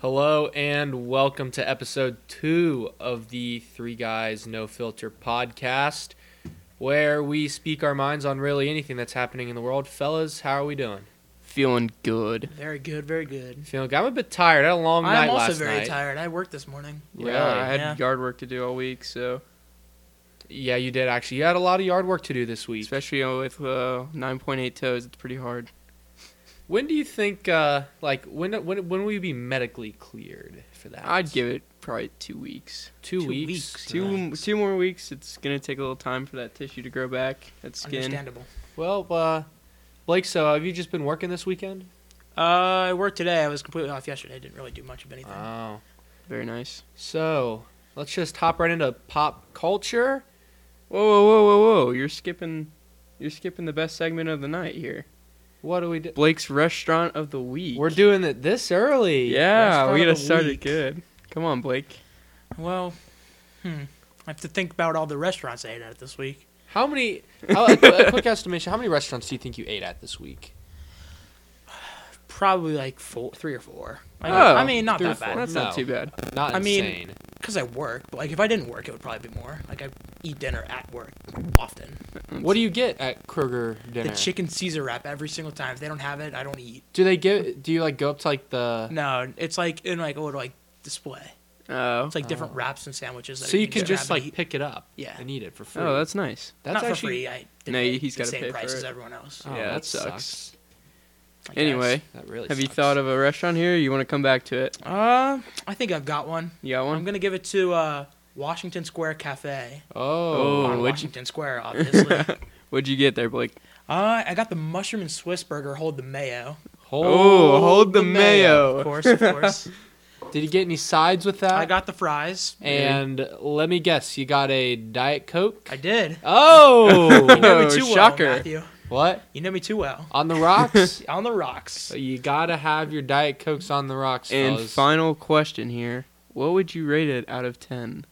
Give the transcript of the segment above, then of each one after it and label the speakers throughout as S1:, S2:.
S1: Hello and welcome to episode two of the Three Guys No Filter podcast, where we speak our minds on really anything that's happening in the world. Fellas, how are we doing?
S2: Feeling good.
S3: Very good, very good.
S1: Feeling good. I'm a bit tired. I had a long night
S3: I'm also
S1: last
S3: very
S1: night.
S3: tired. I worked this morning.
S1: Really?
S2: Yeah, I had
S3: Yeah.
S2: yard work to do all week, so
S1: Yeah, you did actually. You had a lot of yard work to do this week.
S2: especially uh, with uh, 9.8 toes, it's pretty hard.
S1: When do you think, uh, like, when when when will you be medically cleared for that?
S2: I'd give it probably two weeks.
S1: two,
S3: two
S1: weeks.
S3: weeks.
S2: Two
S3: Nice.
S2: two more weeks. It's gonna take a little time for that tissue to grow back. That skin.
S3: Understandable.
S1: Well, uh, Blake, so have you just been working this weekend?
S3: Uh, I worked today. I was completely off yesterday. I didn't really do much of anything.
S1: Oh.
S2: Very nice.
S1: So let's just hop right into pop culture.
S2: Whoa whoa whoa whoa whoa! You're skipping. You're skipping the best segment of the night here.
S1: What do we do?
S2: Blake's restaurant of the week.
S1: We're doing it this early.
S2: yeah,
S3: Restaurant
S2: we
S3: of
S2: gotta
S3: the
S2: start it
S3: week.
S2: good. Come on, Blake.
S3: Well, hmm. I have to think about all the restaurants I ate at this week.
S1: How many? How, a, qu- a quick estimation. How many restaurants do you think you ate at this week?
S3: Probably like four, three or four. Like,
S2: Oh,
S3: I mean, not
S1: three or
S3: that
S1: four.
S3: bad.
S2: That's not
S1: No.
S2: too bad.
S1: Not
S3: I mean-
S1: insane.
S3: Because I work, but like if I didn't work, it would probably be more. Like I eat dinner at work often.
S1: what do you get at Kroger dinner?
S3: The chicken Caesar wrap every single time. If they don't have it, I don't eat.
S1: do they give? Do you like go up to like the?
S3: No, it's like in like a little like display.
S2: Oh.
S3: It's like different wraps and sandwiches. that
S1: So you can
S3: grab
S1: just
S3: and
S1: like
S3: eat.
S1: pick it up.
S3: Yeah.
S1: And eat it for free.
S2: Oh, that's nice.
S1: that's
S3: not for
S1: actually.
S3: free. I didn't
S2: No,
S3: pay
S2: he's
S3: the
S2: gotta
S3: same
S2: pay
S3: price
S2: for
S3: as
S2: it.
S3: everyone else.
S1: Oh,
S2: Yeah,
S1: that
S2: that sucks.
S1: sucks.
S3: I guess.
S2: Anyway,
S1: That really.
S2: have you
S1: sucks.
S2: thought of a restaurant here? Or you want to come back to it?
S3: Uh, I think I've got one.
S2: You got
S3: I'm
S2: one?
S3: gonna give it to uh, Washington Square Cafe.
S1: Oh.
S2: Oh,
S3: on
S2: what'd you-
S3: Washington Square, obviously. uh,
S2: What'd you get there, Blake?
S3: I got the mushroom and Swiss burger. Hold the mayo.
S1: Hold,
S2: Oh, hold the mayo.
S3: Of course, of course.
S1: Did you get any sides with that?
S3: I got the fries.
S1: And let me guess, you got a diet coke.
S3: I did. You
S1: Oh,
S3: know
S2: Oh,
S3: me too
S2: shocker.
S3: well, Matthew.
S1: what
S3: You know me too well.
S1: on the rocks?
S3: On the rocks.
S1: So you gotta have your diet cokes on the rocks,
S2: And
S1: fellas.
S2: final question here. What would you rate it out of 10?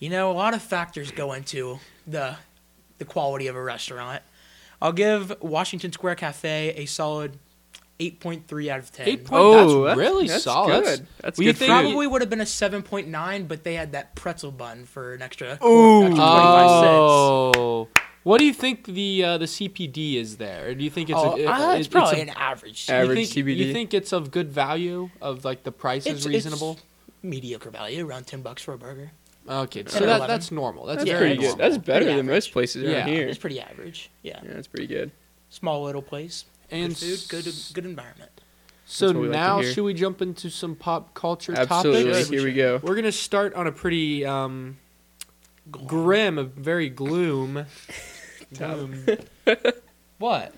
S3: You know, a lot of factors go into the the quality of a restaurant. I'll give Washington Square Cafe a solid 8.3 out of 10.
S1: Eight point- Well,
S2: oh,
S1: that's really solid.
S2: That's
S1: That's-
S2: good. That's
S1: we
S2: good
S1: think-
S2: food.
S3: Probably would have been a 7.9, but they had that pretzel bun for an extra,
S2: Ooh.
S3: extra 25 cents.
S1: Oh, what do you think the uh, the CPD is there? Or do you think it's
S3: Oh,
S1: a, it-
S3: uh,
S1: it-
S3: it's probably
S1: a-
S3: an average.
S1: you
S2: Average
S1: think,
S2: CPD?
S1: You think it's of good value? Of like the price
S3: It's-
S1: is reasonable?
S3: it's mediocre value, around 10 bucks for a burger.
S1: okay, so
S3: Ten
S1: that,
S3: or eleven.
S1: that's normal. That's,
S2: That's
S3: Yeah,
S1: very
S2: pretty good.
S1: normal.
S2: That's better
S3: Pretty
S2: than most places
S1: Yeah.
S2: around here.
S3: It's pretty average. Yeah.
S2: Yeah, that's pretty good.
S3: Small little place.
S1: and
S3: Good food, good
S1: s-
S3: good environment.
S1: So
S2: That's what we like to
S1: now
S2: hear.
S1: should we jump into some pop culture
S2: Absolutely.
S1: topics?
S3: Good.
S2: Here we go.
S1: We're gonna start on a pretty um, grim, a very gloom. gloom. what?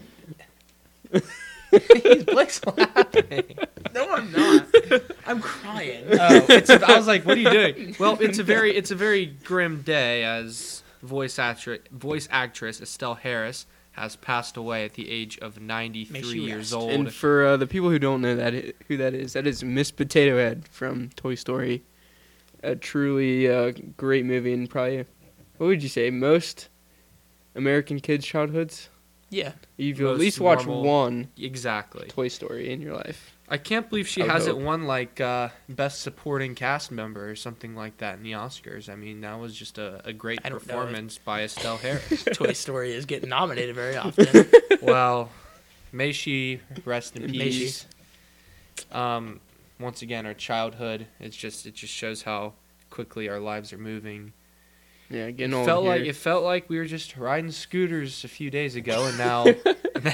S3: Blake's laughing. No, I'm not. Uh, I'm crying.
S1: Oh, it's a, I was like, what are you doing? Well, it's a very, it's a very grim day as voice actress, voice actress Estelle Harris has passed away at the age of 93
S3: May she
S1: years
S3: rest.
S1: old.
S2: And for uh, the people who don't know that i- who that is, that is Miss Potato Head from Toy Story. A truly uh, great movie and probably, what would you say, most American kids' childhoods?
S3: Yeah.
S2: You've at
S1: Most
S2: least watched
S1: normal-
S2: one
S1: exactly.
S2: Toy Story in your life.
S1: I can't believe she
S2: I would
S1: hasn't
S2: hope.
S1: won like uh, best supporting cast member or something like that in the Oscars. I mean, that was just a, a great
S3: I don't know it.
S1: performance by Estelle Harris.
S3: Toy Story is getting nominated very often.
S1: well, may she rest in
S2: May she.
S1: peace. Um, once again, our childhood. It's just it just shows how quickly our lives are moving.
S2: Yeah, getting old.
S1: felt
S2: here.
S1: like it felt like we were just riding scooters a few days ago, and now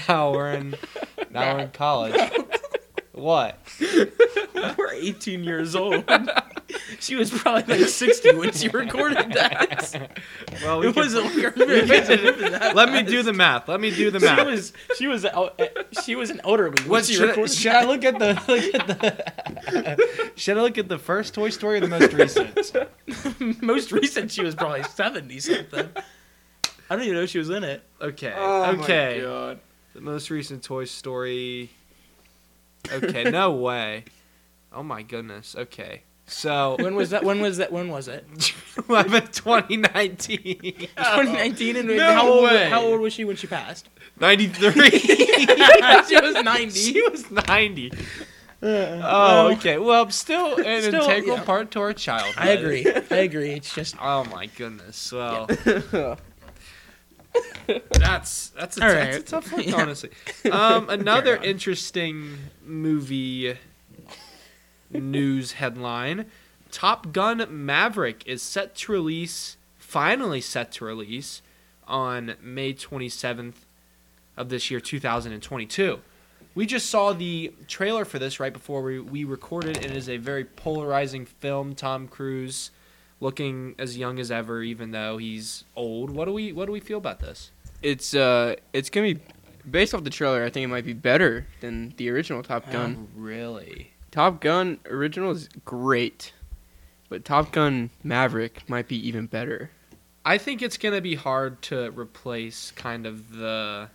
S1: now we're in now we're in college. What?
S3: We're 18 years old. She was probably like 60 when she recorded that.
S1: Well,
S3: It wasn't like her that
S1: Let me do the math. Let me do the math.
S3: She was she was el- eh, she was an elderly when
S1: What
S3: she
S1: should I,
S3: recorded.
S1: should I look at the look at the should I look at the first Toy Story or the most recent?
S3: Most recent, she was probably 70 something. I don't even know if she was in it.
S1: Okay,
S2: Oh my
S1: okay.
S2: God.
S1: The most recent Toy Story. Okay, no way. Oh my goodness. Okay, so
S3: When was that? When was that? When was it?
S1: 11, 2019,
S3: Oh, 2019. And
S1: No
S3: how, old,
S1: way.
S3: how old was she when she passed?
S1: 93.
S3: she was 90.
S1: she was ninety. Oh, okay. Well, I'm still an
S3: Uh, Still,
S1: integral
S3: yeah.
S1: part to our childhood.
S3: I agree. I agree. It's just
S1: Oh my goodness. Well, that's that's a,
S3: All
S1: that's a
S3: right.
S1: tough one,
S3: Yeah.
S1: honestly. Um, another
S3: on.
S1: interesting movie news headline: Top Gun Maverick is set to release, finally set to release, on May 27th of this year, 2022. We just saw the trailer for this right before we, we recorded, and it is a very polarizing film. Tom Cruise looking as young as ever, even though he's old. What do we what do we feel about this?
S2: It's uh, it's gonna be based off the trailer. I think it might be better than the original Top Gun.
S1: Oh, really?
S2: Top Gun original is great, but Top Gun Maverick might be even better.
S1: I think it's gonna be hard to replace kind of the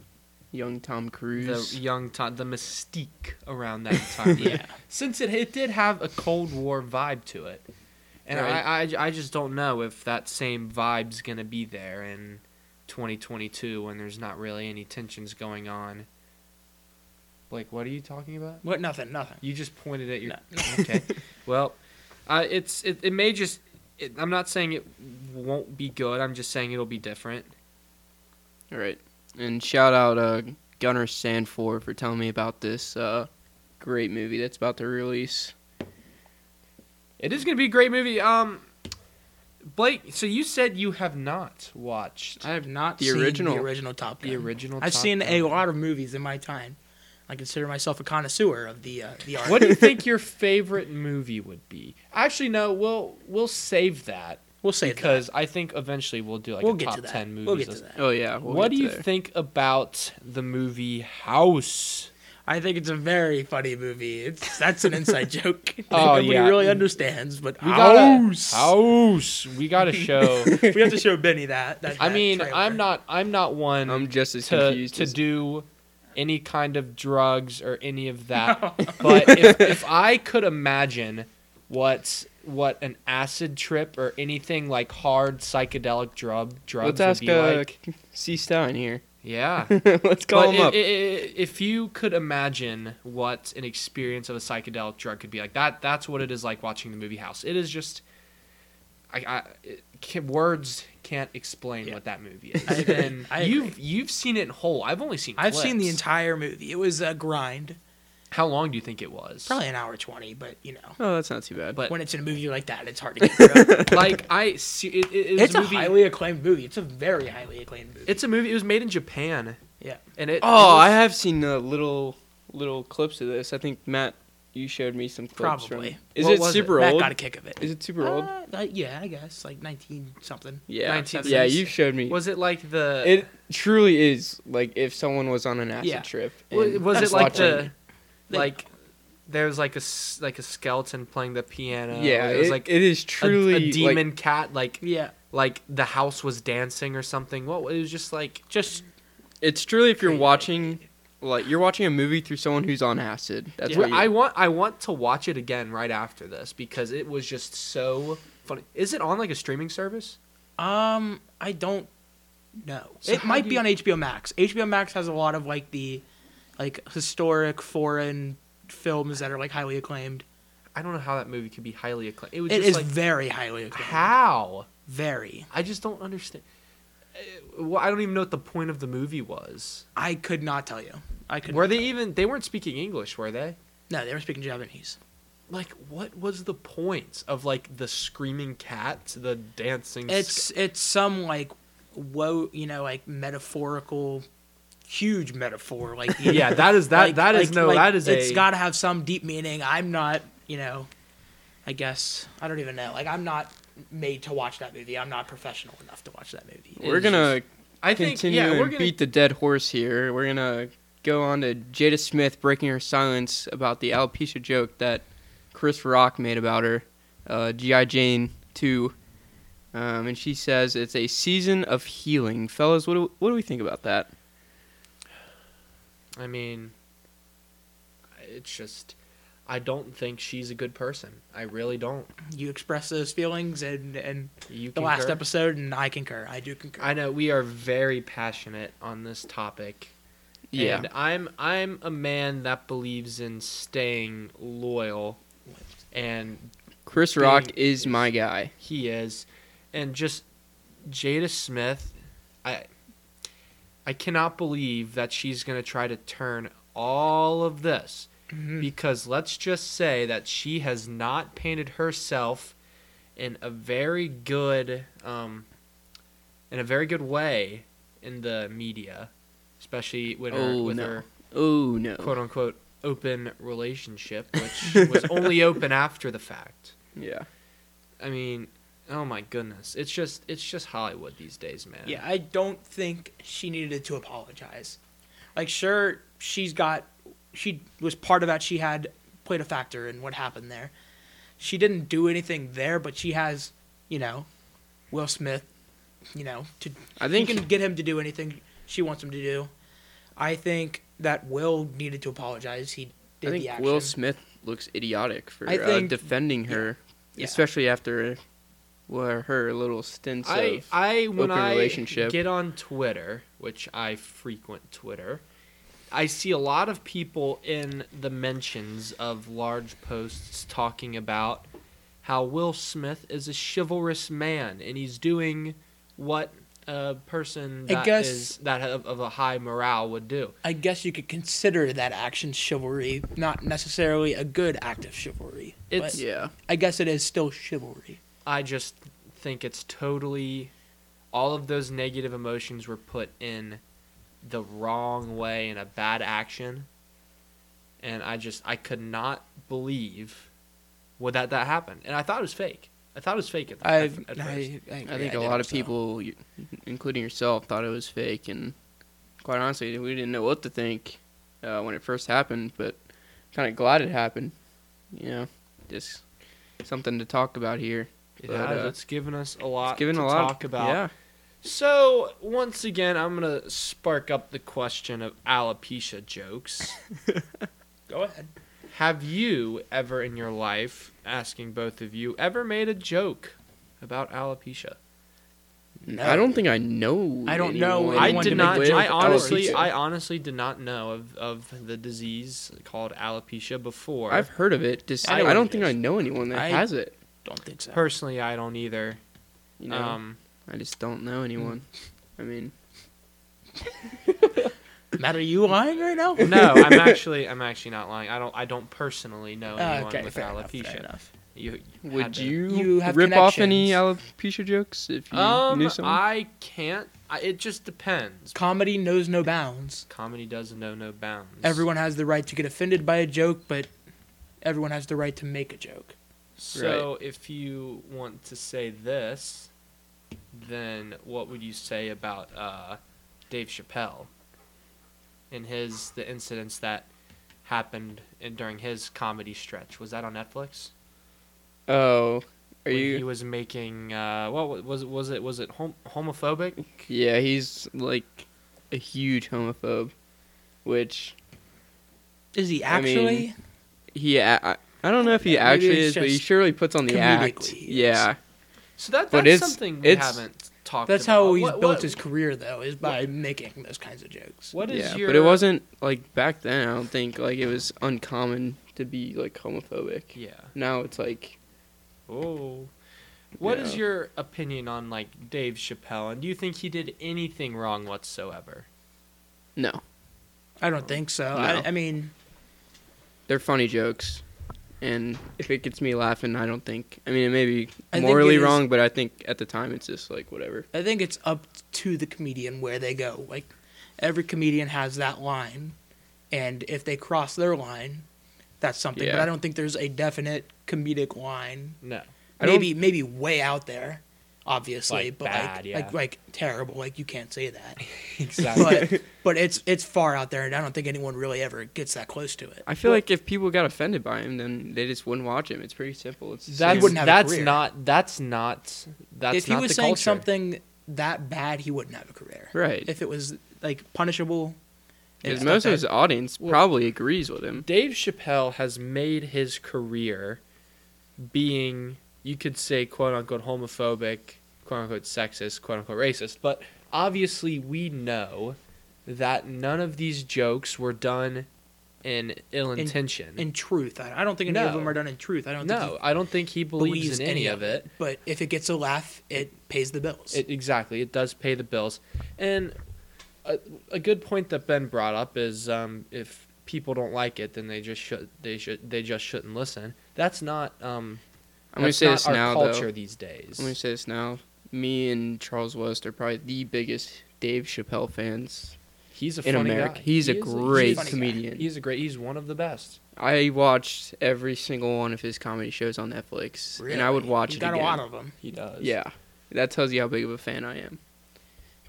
S2: Young Tom
S1: the
S2: Cruise.
S1: young time, the mystique around that time.
S3: Yeah.
S1: Since it, it did have a Cold War vibe to it. And I, I, I just don't know if that same vibe's going to be there in 2022 when there's not really any tensions going on. Like, what are you talking about?
S3: what? Nothing. Nothing.
S1: You just pointed at your.
S3: No.
S1: Okay. well, uh, it's it, it may just. It, I'm not saying it won't be good. I'm just saying it'll be different.
S2: All right, and shout out uh, Gunnar Sandford for telling me about this uh, great movie that's about to release.
S1: It is going to be a great movie. Um, Blake, so you said you have not watched
S3: I have not
S2: The
S3: seen
S2: original.
S3: the original Top Gun.
S1: the original.
S3: I've
S1: Top
S3: seen
S1: Gun.
S3: a lot of movies in my time. I consider myself a connoisseur of the uh, the art.
S1: What do you think your favorite movie would be? Actually, no. We'll we'll save that
S3: We'll say that.
S1: because I think eventually we'll do like
S3: we'll
S1: a
S3: get
S1: top
S3: to that.
S1: ten movies.
S3: We'll get to
S1: list.
S3: that.
S2: Oh yeah, we'll
S1: what
S2: get
S1: do you
S2: there.
S1: think about the movie House?
S3: I think it's a very funny movie. It's that's an inside joke. that
S1: Oh,
S3: Nobody
S1: yeah.
S3: really understands, but
S1: We gotta-
S3: House.
S1: House. We got to show.
S3: we have to show Benny that. that,
S1: I
S3: that
S1: mean,
S3: trailer.
S1: I'm not. I'm not one
S2: I'm just as
S1: to
S2: confused.
S1: to
S2: as-
S1: do any kind of drugs or any of that.
S3: No.
S1: But if, if I could imagine what what an acid trip or anything like hard psychedelic drug drugs
S2: Let's
S1: would
S2: ask
S1: be
S2: uh,
S1: like,
S2: C. Stein here.
S1: yeah.
S2: Let's call
S1: But
S2: him
S1: i-
S2: up.
S1: i- i- if you could imagine what an experience of a psychedelic drug could be like, that that's what it is like watching the movie House. It is just, I, I it, ca- words can't explain
S3: Yeah.
S1: what that movie is.
S3: I agree.
S1: And
S3: I
S1: you've you've seen it in whole. I've only seen.
S3: I've seen the
S1: clips.
S3: entire movie. It was a grind,
S1: How long do you think it was?
S3: probably an hour twenty, but you know,
S2: oh, that's not too bad.
S1: But
S3: when it's in a movie like that, it's hard to get through.
S1: like I, see, it, it, it was
S3: it's
S1: a
S3: a
S1: movie.
S3: highly acclaimed movie. It's a very highly acclaimed movie.
S1: It's a movie. It was made in Japan,
S3: yeah.
S1: and it.
S2: oh, I
S1: it was-
S2: have seen uh, little little clips of this. I think Matt, you showed me some clips.
S3: Probably.
S2: From... Is
S1: What
S2: it
S1: was it?
S2: super
S3: Matt
S2: old?
S3: got a kick of it.
S2: Is it super old?
S3: Uh, uh, yeah, I guess like nineteen something.
S2: Yeah.
S1: 1976.
S2: Yeah, you showed me.
S1: Was it like the?
S2: It truly is like if someone was on an acid
S3: Yeah.
S2: trip.
S1: was,
S2: and
S1: was it
S2: just
S1: like
S2: watching-
S1: the?
S3: They-
S1: Like, there was like a s- like a skeleton playing the piano.
S2: Yeah,
S1: or there was
S2: it-
S1: like
S2: it is
S1: a-
S2: truly
S1: a,
S2: like-
S1: demon cat. Like
S3: Yeah,
S1: like the house was dancing or something. What it was just like
S3: just
S2: it's truly if you're
S3: Crazy.
S2: watching, like you're watching a movie through someone who's on acid. That's
S3: Yeah.
S2: what you,
S1: I want I want to watch it again right after this because it was just so funny. Is it on like a streaming service?
S3: um, I don't know.
S1: So
S3: it
S1: how
S3: might
S1: do
S3: be
S1: you-
S3: on HBO Max. HBO Max has a lot of like the like historic foreign films that are like highly acclaimed.
S1: I don't know how that movie could be highly acclaimed. It was
S3: It
S1: just
S3: is
S1: like
S3: very highly acclaimed.
S1: how.
S3: Very.
S1: I just don't understand. Uh, Well, I don't even know what the point of the movie was.
S3: I could not tell you. I could.
S1: Were they even? They weren't speaking English, were they?
S3: No, they were speaking Japanese.
S1: Like, what was the point of like the screaming cat, the dancing?
S3: It's it's some like whoa, you know, like metaphorical, huge metaphor. Like
S1: sc- yeah, that is that.
S3: like-
S1: that is
S3: like-
S1: no.
S3: like,
S1: that is
S3: It's
S1: a.
S3: got to have some deep meaning. I'm not, you know, I guess I don't even know. Like I'm not made to watch that movie. I'm not professional enough to watch that movie.
S2: we're
S1: is
S2: gonna
S1: I think
S2: continue
S1: yeah, we're
S2: and
S1: gonna.
S2: beat the dead horse here. We're gonna go on to Jada Smith breaking her silence about the alopecia joke that Chris Rock made about her, uh, GI Jane two, um, and she says it's a season of healing, fellas. What do, what do we think about that?
S1: I mean, it's just. I don't think she's a good person. I really don't.
S3: You express those feelings and and
S1: You
S3: the last
S1: concur?
S3: episode, and I concur. I do concur.
S1: I know we are very passionate on this topic.
S2: Yeah.
S1: And I'm I'm a man that believes in staying loyal and
S2: Chris Rock is my guy.
S1: he is and just Jada Smith I I cannot believe that she's going to try to turn all of this
S3: Mm-hmm.
S2: Hmm.
S1: because let's just say that she has not painted herself in a very good um in a very good way in the media especially when her,
S2: Oh,
S1: with
S2: no.
S1: her
S2: Oh no.
S1: quote unquote open relationship which was only open after the fact
S2: Yeah.
S1: I mean, oh my goodness. It's just it's just Hollywood these days, man.
S3: Yeah, I don't think she needed to apologize. Like, sure, she's got, she was part of that. She had played a factor in what happened there. She didn't do anything there, but she has, you know, Will Smith, you know, to
S2: I
S3: she
S2: think
S3: can get him to do anything she wants him to do. I think that Will needed to apologize. He
S2: I
S3: did the
S2: think
S3: action.
S2: Will Smith looks idiotic for
S3: I think-
S2: uh, defending her,
S3: Yeah.
S2: especially after well, her little stints
S1: I
S2: of.
S1: I when
S2: open
S1: I
S2: relationship.
S1: get on Twitter, which I frequent Twitter, I see a lot of people in the mentions of large posts talking about how Will Smith is a chivalrous man and he's doing what a person
S3: I
S1: that
S3: guess-
S1: is- that of, of a high morale would do.
S3: I guess you could consider that action chivalry, not necessarily a good act of chivalry.
S1: It's-
S3: but
S2: yeah.
S3: I guess it is still chivalry.
S1: I just think it's totally all of those negative emotions were put in the wrong way in a bad action. And I just I could not believe what that that happened. And I thought it was fake. I thought it was fake at, the,
S3: I,
S1: at, at first.
S3: I, I, agree.
S2: I think
S3: a
S2: a lot of people, y- including yourself, thought it was fake, and quite honestly, we didn't know what to think uh, when it first happened. But kind of glad it happened. You know, just something to talk about here.
S1: It
S2: but,
S1: has-
S2: uh,
S1: it's given us a lot
S2: it's given
S1: to
S2: a lot of-
S1: talk about.
S2: Yeah,
S1: So once again I'm gonna spark up the question of alopecia jokes.
S3: Go ahead.
S1: Have you ever in your life, asking both of you, ever made a joke about alopecia?
S2: I don't think I know.
S3: I don't know
S2: anyone
S1: I
S3: anyone
S1: did
S3: to
S1: not.
S3: make a joke
S1: I
S2: with Oh,
S3: about
S1: honestly,
S2: alopecia.
S1: I honestly did not know of, of the disease called alopecia before.
S2: I've heard of it. Just
S3: I
S2: I,
S3: know what
S2: don't
S3: it
S2: think
S3: is.
S2: I know anyone that
S3: I-
S2: has it.
S3: Don't think so.
S1: Personally, I don't either.
S2: You know,
S1: Um, mm.
S2: I just don't know anyone. I mean,
S3: Matt, are you lying right now?
S1: no, I'm actually, I'm actually not lying. I don't, I don't personally know
S3: Uh,
S1: anyone
S3: okay,
S1: with
S3: fair enough,
S1: alopecia.
S3: fair enough.
S1: You, you had
S2: would
S1: to-
S2: you,
S3: You have
S2: rip off any alopecia jokes if you
S1: Um,
S2: knew someone?
S1: I can't. I, it just depends.
S3: Comedy knows no bounds.
S1: Comedy does know no bounds.
S3: Everyone has the right to get offended by a joke, but everyone has the right to make a joke.
S1: So if you want to say this, then what would you say about uh, Dave Chappelle and his the incidents that happened in, during his comedy stretch? Was that on Netflix?
S2: oh, are
S1: When
S2: you?
S1: He was making uh, what wa- was was it was it hom- homophobic?
S2: Yeah, he's like a huge homophobe, which
S3: Is he
S2: I mean,
S3: actually?
S2: he a- I, I don't know if he
S3: Yeah, maybe
S2: actually
S3: it's
S2: is, but he
S3: just
S2: surely puts on the act.
S3: comedically he is.
S2: Yeah,
S1: So that
S2: But
S1: that's
S2: it's-
S1: something we
S2: it's-
S1: haven't talked.
S3: That's
S1: about.
S3: how he's
S1: What-
S3: built
S1: what-
S3: his career, though, is by making those kinds of jokes.
S1: What is
S2: yeah,
S1: your?
S2: but it wasn't like back then. I don't think like it was uncommon to be like homophobic.
S1: Yeah.
S2: Now it's like
S1: Oh. what is
S2: Yeah.
S1: your opinion on like Dave Chappelle and do you think he did anything wrong whatsoever?
S2: no,
S3: I don't think so.
S2: No.
S3: I, I mean,
S2: they're funny jokes, and if it gets me laughing, I don't think. I mean, it may be
S3: I think
S2: morally
S3: it is-
S2: wrong, but I think at the time it's just like whatever.
S3: I think it's up to the comedian where they go. Like, every comedian has that line, and if they cross their line, that's something. But
S2: Yeah.
S3: I don't think there's a definite comedic line.
S1: No.
S2: I don't-
S3: Maybe maybe way out there, obviously,
S1: Like
S3: but
S1: bad,
S3: like,
S1: yeah.
S3: like like terrible. Like you can't say that.
S1: Exactly.
S3: but but it's it's far out there, and I don't think anyone really ever gets that close to it.
S2: I feel like if people got offended by him, then they just wouldn't watch him. It's pretty simple. It's the
S1: that's
S2: same-
S3: wouldn't have a
S1: that's
S3: career.
S1: not that's not that's
S3: if he
S1: not
S3: was
S1: the
S3: saying
S1: culture.
S3: something that bad, he wouldn't have a career.
S2: Right.
S3: If it was like punishable,
S2: Because
S3: and stuff
S2: most of
S3: that-
S2: his audience
S1: Well-
S2: probably agrees with him.
S1: Dave Chappelle has made his career being, you could say, quote unquote, homophobic, quote unquote, sexist, quote unquote, racist. But obviously, we know that none of these jokes were done in ill
S3: In-
S1: intention.
S3: in truth. I, I don't think any of
S1: No.
S3: them are done in truth. I don't think
S1: no, I don't think he
S3: he
S1: believes, in any of it.
S3: But if it gets a laugh, it pays the bills.
S1: It, exactly, it does pay the bills. And a, a good point that Ben brought up is um, if people don't like it, then they just should they should they just shouldn't listen. That's not um,
S2: I'm gonna
S1: that's
S2: say
S1: not
S2: this
S1: our
S2: now
S1: culture
S2: though.
S1: these days.
S2: I'm gonna say this now. Me and Charles West are probably the biggest Dave Chappelle fans
S1: He's a
S2: in
S1: funny
S2: America.
S1: guy.
S2: He's
S1: He
S2: a
S1: is
S2: great
S1: he's
S3: funny guy.
S2: comedian.
S1: He's a great. He's one of the best.
S2: I watched every single one of his comedy shows on Netflix, and I would
S3: Really.
S2: watch
S3: He's
S2: it
S3: got
S2: again.
S3: a lot of them.
S1: He does.
S2: Yeah, that tells you how big of a fan I am,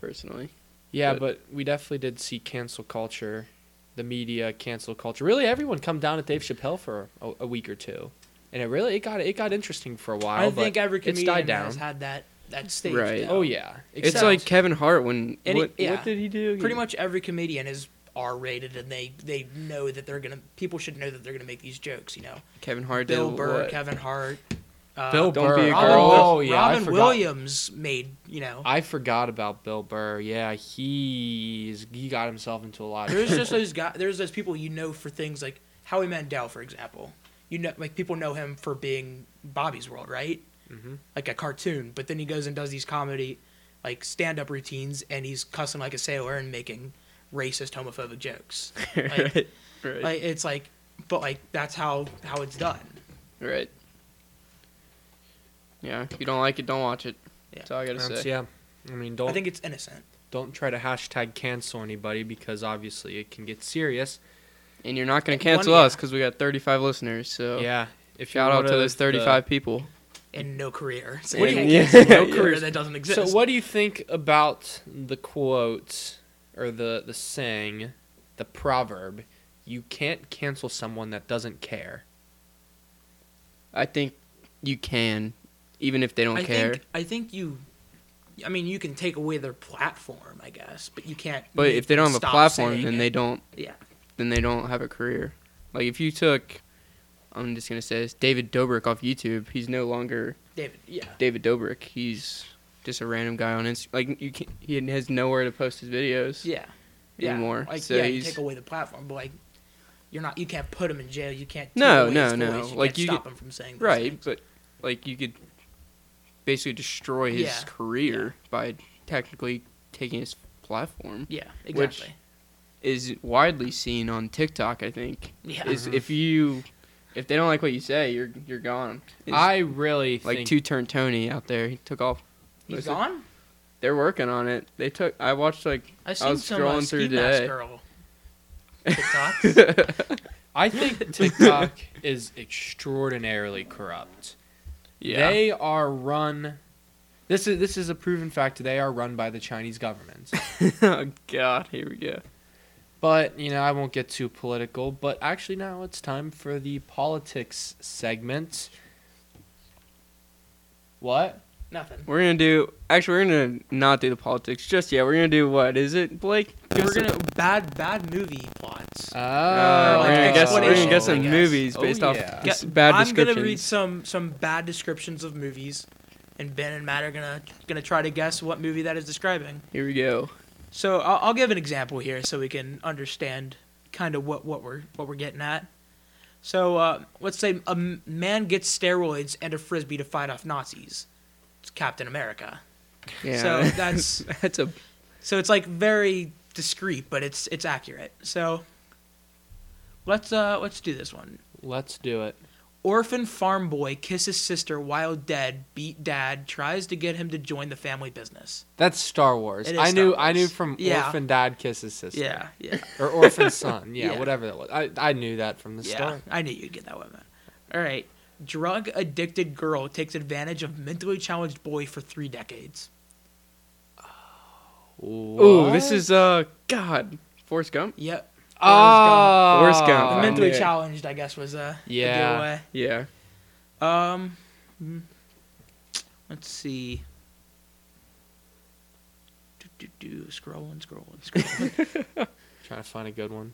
S2: personally.
S1: Yeah,
S2: But-
S1: but we definitely did see cancel culture, the media cancel culture. Really, everyone come down at Dave Chappelle for a, a week or two, and it really it got it got interesting for a while.
S3: I think
S1: but
S3: every
S1: it's
S3: comedian
S1: died
S3: has
S1: down.
S3: had that that stage.
S2: Right.
S3: though.
S1: Oh yeah,
S2: it's
S1: Except-
S2: like Kevin Hart when
S3: And he-
S2: what,
S3: yeah.
S2: what did he do?
S3: Pretty
S2: He-
S3: much every comedian is R rated, and they they know that they're gonna people should know that they're gonna make these jokes. You know,
S2: Kevin Hart
S3: Bill
S2: did
S3: Burr,
S2: what?
S3: Kevin Hart, uh,
S1: Bill
S2: Don't
S1: Burr.
S2: be a
S3: Robin,
S2: girl.
S1: Oh yeah, I
S3: Robin
S1: forgot.
S3: Williams made you know.
S1: I forgot about Bill Burr. Yeah, he's he got himself into a lot. Of
S3: There's just
S1: trouble.
S3: those guys. There's those people you know for things like Howie Mandel, for example. You know, like people know him for being Bobby's World, right?
S1: Mhm.
S3: Like a cartoon. But then he goes and does these comedy, like stand-up routines, and he's cussing like a sailor and making racist, homophobic jokes. Like,
S2: right, right,
S3: like, it's like, but like that's how how it's done.
S2: right. Yeah, if you don't like it, don't watch it.
S3: Yeah.
S2: That's all I gotta
S1: That's-
S2: say.
S1: yeah. I mean, don't
S3: I think it's innocent.
S1: don't try to hashtag cancel anybody because obviously it can get serious.
S2: And you're not gonna
S3: One-
S2: cancel
S3: yeah.
S2: us because we got 35 listeners. So
S1: Yeah. If you're
S2: Oh. shout out
S1: one
S2: to
S1: of
S2: those
S1: the-
S2: 35 people.
S3: And no career. So
S1: What
S3: you
S1: do
S3: can't
S1: you-
S3: cancel
S2: Yeah,
S3: no
S2: yeah.
S3: career that doesn't exist.
S1: So, what do you think about the quote or the the saying, the proverb? You can't cancel someone that doesn't care.
S2: I think you can, even if they don't
S3: I
S2: care.
S3: think I think you. I mean, you can take away their platform, I guess, but you can't.
S2: But
S3: make
S2: if they don't
S3: them
S2: have a
S3: stop
S2: platform,
S3: saying
S2: then
S3: it.
S2: they don't.
S3: Yeah.
S2: Then they don't have a career. Like if you took, I'm just gonna say this, David Dobrik off YouTube. He's no longer
S3: David, yeah.
S2: David Dobrik. He's just a random guy on Instagram. Like you can he has nowhere to post his videos.
S3: Yeah. Yeah.
S2: Anymore.
S3: Like,
S2: So
S3: yeah, you
S2: he's-
S3: take away the platform, but like, you're not. You can't put him in jail. You can't. take
S2: No,
S3: away
S2: no,
S3: his
S2: no.
S3: voice, You
S2: Like,
S3: can't
S2: you
S3: stop
S2: could-
S3: him from saying. those
S2: Right,
S3: things.
S2: but like you could basically destroy his
S3: Yeah.
S2: career by technically taking his platform.
S3: Yeah. Exactly.
S2: Is widely seen on TikTok. I think
S3: yeah.
S2: is if you if they don't like what you say, you're you're gone. It's-
S1: I really
S2: like
S1: think
S2: two turn Tony out there. He took off.
S3: He's
S2: listen.
S3: gone.
S2: They're working on it. They took. I watched like
S3: I
S2: I
S3: seen
S2: was
S3: some uh,
S2: scrolling through
S3: ski mask
S2: today.
S3: girl. TikTok.
S1: I think TikTok is extraordinarily corrupt.
S2: yeah.
S1: They are run. This is this is a proven fact. They are run by the Chinese government.
S2: oh God, here we go.
S1: But, you know, I won't get too political. But actually, now it's time for the politics segment. What?
S3: Nothing.
S2: We're gonna do. Actually, we're gonna not do the politics just yet. We're gonna do what is it, Blake? Give
S3: We're
S2: us a-
S3: gonna bad bad movie plots.
S1: Oh,
S2: Uh, we're gonna
S3: like
S2: guess. We're gonna
S3: explanation,
S2: guess
S3: I
S2: some
S3: guess.
S2: movies
S1: Oh,
S2: based
S1: yeah.
S2: off this
S3: Yeah,
S2: bad
S3: I'm
S2: descriptions.
S3: gonna read some some bad descriptions of movies, and Ben and Matt are gonna gonna try to guess what movie that is describing.
S2: Here we go.
S3: So I'll, I'll give an example here, so we can understand kind of what, what we're what we're getting at. So uh, let's say a m- man gets steroids and a frisbee to fight off Nazis. It's Captain America.
S2: Yeah.
S3: So that's
S2: that's a
S3: so it's like very discreet, but it's it's accurate. So let's uh let's do this one.
S1: Let's do it.
S3: Orphan farm boy kisses sister while dead, beat dad, tries to get him to join the family business.
S1: That's Star Wars.
S3: It is
S1: I knew.
S3: Star
S1: I knew
S3: Wars.
S1: from
S3: Yeah.
S1: Orphan Dad Kisses Sister.
S3: Yeah, yeah.
S1: Or Orphan Son. Yeah,
S3: Yeah.
S1: whatever that was. I, I knew that from the start.
S3: I knew you'd get that one, man. All right. Drug addicted girl takes advantage of mentally challenged boy for three decades.
S2: ooh.
S1: What?
S2: This is uh God. Forrest Gump.
S3: Yep.
S1: Oh.
S2: Forrest Gump.
S3: The
S2: I
S3: mentally
S2: knew it.
S3: challenged, I guess, was uh, a a
S1: Yeah.
S3: giveaway.
S2: Uh, Yeah.
S3: Um, mm, let's see. Do, do, do, scrolling, scrolling, scrolling.
S1: Trying to find a good one.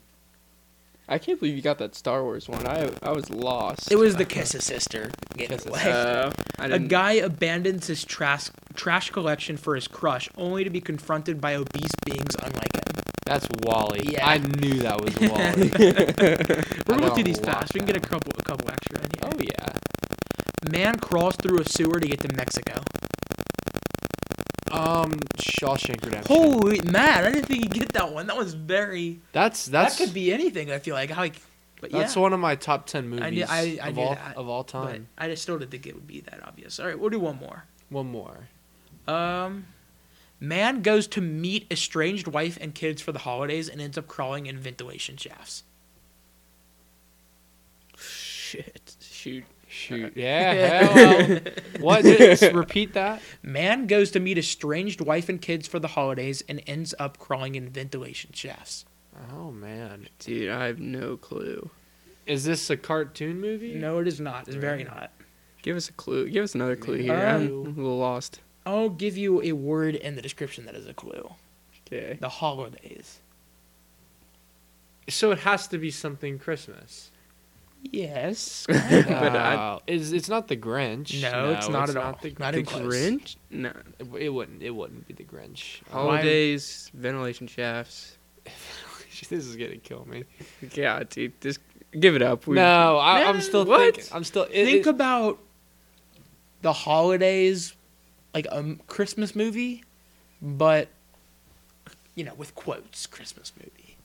S2: I can't believe you got that Star Wars one. I I was lost.
S3: it was the kiss of sister giveaway.
S2: Uh, I
S3: A
S2: didn't,
S3: guy abandons his trash trash collection for his crush, only to be confronted by obese beings unlike him.
S1: That's Wally.
S3: Yeah.
S1: I knew that was Wally.
S3: We're
S1: I
S3: going through
S1: don't
S3: these
S1: like
S3: fast. We can
S1: that.
S3: get a couple, a couple extra in here.
S1: oh yeah.
S3: Man crawls through a sewer to get to Mexico.
S1: Um, Shawshank Redemption.
S3: Holy man, I didn't think you'd get that one. That was very.
S1: that's that's
S3: that could be anything. I feel like how. Like, but
S1: that's
S3: yeah,
S1: one of my top ten movies
S3: I knew- I- I
S1: of
S3: knew
S1: all
S3: that,
S1: of all
S3: but
S1: time.
S3: I just still didn't think it would be that obvious. All right, we'll do one more.
S1: One more.
S3: Um, man goes to meet estranged wife and kids for the holidays and ends up crawling in ventilation shafts.
S2: Shit. Shoot.
S1: Shoot. Yeah. hell. What? Just repeat that.
S3: Man goes to meet estranged wife and kids for the holidays and ends up crawling in ventilation shafts.
S1: Oh man.
S2: Dude, I have no clue.
S1: Is this a cartoon movie?
S3: No, it is not. It's very
S1: Right.
S3: not.
S2: Give us a clue. Give us another clue here.
S3: Alright.
S2: I'm a little lost.
S3: I'll give you a word in the description that is a clue.
S2: Okay.
S3: The holidays.
S1: So it has to be something Christmas.
S3: Yes.
S2: but I,
S1: Wow. is it's not the Grinch?
S3: No, it's not at all.
S1: The,
S3: Not
S1: the
S3: even close.
S1: Grinch.
S2: Grinch? No.
S1: It wouldn't. It wouldn't be the Grinch.
S3: Oh.
S2: Holidays, ventilation shafts.
S1: this is gonna kill me.
S2: Yeah, dude, just give it up. We-
S1: no, I, I'm
S3: Man,
S1: still
S3: what?
S1: thinking. I'm still. It,
S3: Think
S1: it,
S3: about the holidays, like a m- Christmas movie, but you know, with quotes, Christmas movie.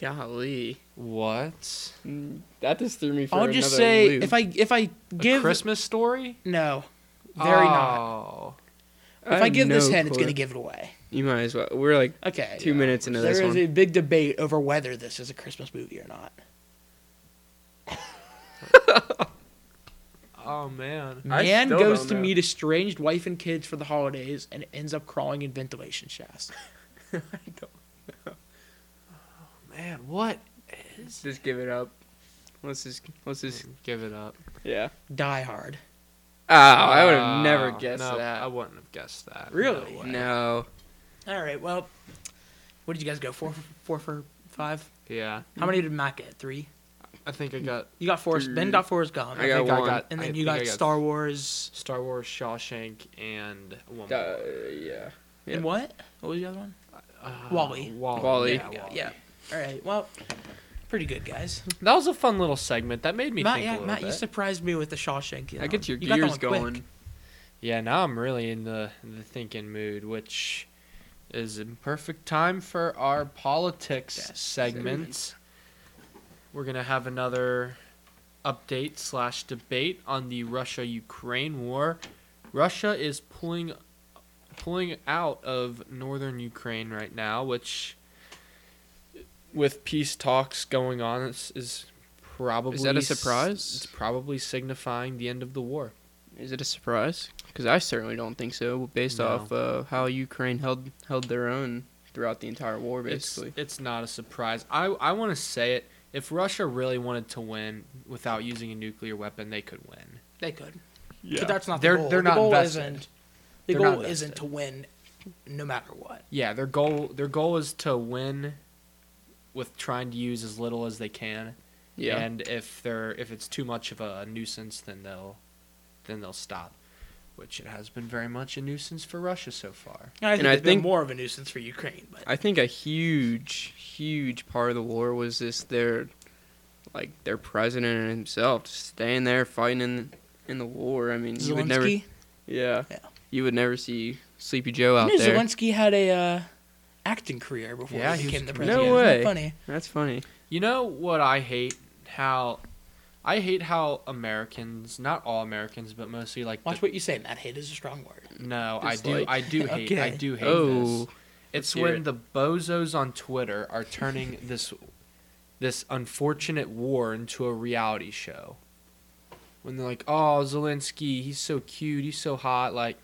S2: golly,
S1: what?
S2: Mm, that just threw me for
S3: I'll
S2: another
S3: just say
S2: loop.
S3: if I if I give
S1: a Christmas story?
S3: no, very not.
S1: Oh.
S3: If I,
S2: Ah, have
S3: give this
S2: no
S3: hint, it's
S2: clue.
S3: gonna give it away.
S2: You might as well. We're like
S3: Okay.
S2: two minutes into
S3: There
S2: this
S3: is
S2: one.
S3: a big debate over whether this is a Christmas movie or not.
S1: Oh man.
S2: I
S3: Man
S2: still
S3: goes
S2: don't
S3: to
S2: know.
S3: meet estranged wife and kids for the holidays and ends up crawling in ventilation shafts.
S1: Man, what is?
S2: just give it up. Let's just let's just
S1: Give it up.
S2: yeah.
S3: Die Hard.
S2: Oh, I would have never
S1: Wow.
S2: guessed
S1: No, I
S2: that.
S1: wouldn't have guessed that.
S3: Really?
S1: No. way.
S2: No,
S3: All right. Well, what did you guys go for? Four for five.
S1: Yeah.
S3: How many did Matt get? Three.
S1: I think I got.
S3: You got Forrest. Ben
S2: Three.
S3: got Forrest Gump.
S2: I got
S1: think
S2: one.
S1: I got
S3: and then
S1: I
S3: you
S1: think I
S3: got, Star Wars.
S1: Star Wars, Shawshank, and one more.
S2: Uh, yeah. Yeah.
S3: And what? What was the other one?
S1: Uh,
S3: Wally.
S1: Wally.
S2: Wally.
S1: Yeah,
S3: Yeah.
S1: Wally.
S3: yeah. All right. Well, pretty good, guys.
S1: That was a fun little segment. That made me
S3: Matt,
S1: think a
S3: yeah,
S1: little
S3: Matt,
S1: bit.
S3: you surprised me with the Shawshank. You
S2: I
S3: know.
S2: get your
S3: You got that
S2: gears
S3: one quick.
S2: going.
S1: Yeah, now I'm really in the the thinking mood, which is in perfect time for our politics
S3: Yes.
S1: segment. We're gonna have another update slash debate on the Russia Ukraine war. Russia is pulling pulling out of northern Ukraine right now, which with peace talks going on is, is probably
S2: a
S1: s-
S2: surprise?
S1: It's probably signifying the end of the war.
S2: Is it a surprise? Because I certainly don't think so, based
S1: No.
S2: off uh, how Ukraine held held their own throughout the entire war,
S1: It's-
S2: basically.
S1: It's, not a surprise. I, I want to say it. If Russia really wanted to win without using a nuclear weapon, they could win.
S3: They could. But that's not
S1: They're-
S3: the goal.
S1: they're
S3: the
S1: not
S3: goal
S1: invested.
S3: isn't. The
S1: They're not
S3: goal isn't
S1: invested.
S3: to win, no matter what.
S1: Yeah, their goal their goal is to win with trying to use as little as they can.
S2: yeah.
S1: And if they're if it's too much of a nuisance, then they'll then they'll stop. Which it has been very much a nuisance for Russia so far.
S3: I think
S2: I
S3: it's been
S2: think-
S3: more of a nuisance for Ukraine, but
S2: I think a huge, huge part of the war was just their, like their president himself just staying there fighting in, in the war. I mean, you would never,
S3: Zelensky.
S2: yeah,
S3: Yeah.
S2: you would never see Sleepy Joe
S3: I
S2: out
S3: knew
S2: there.
S3: Zelensky had a uh, acting career before
S1: Yeah,
S3: he
S1: he was
S3: became the
S1: a
S3: president.
S2: comedian. No
S3: Isn't that
S2: way.
S3: Funny.
S2: That's funny.
S1: You know what I hate? How I hate how Americans, not all Americans, but mostly like the
S3: Watch what you say, Matt. Hate is a strong word.
S1: No, I
S2: It's
S1: do.
S2: like-
S1: I do hate. I
S3: Okay.
S1: do hate
S2: Oh,
S1: this. It's
S2: hear
S1: when
S2: it.
S1: the bozos on Twitter are turning this this unfortunate war into a reality show. When they're like, "Oh, Zelensky, he's so cute, he's so hot." Like,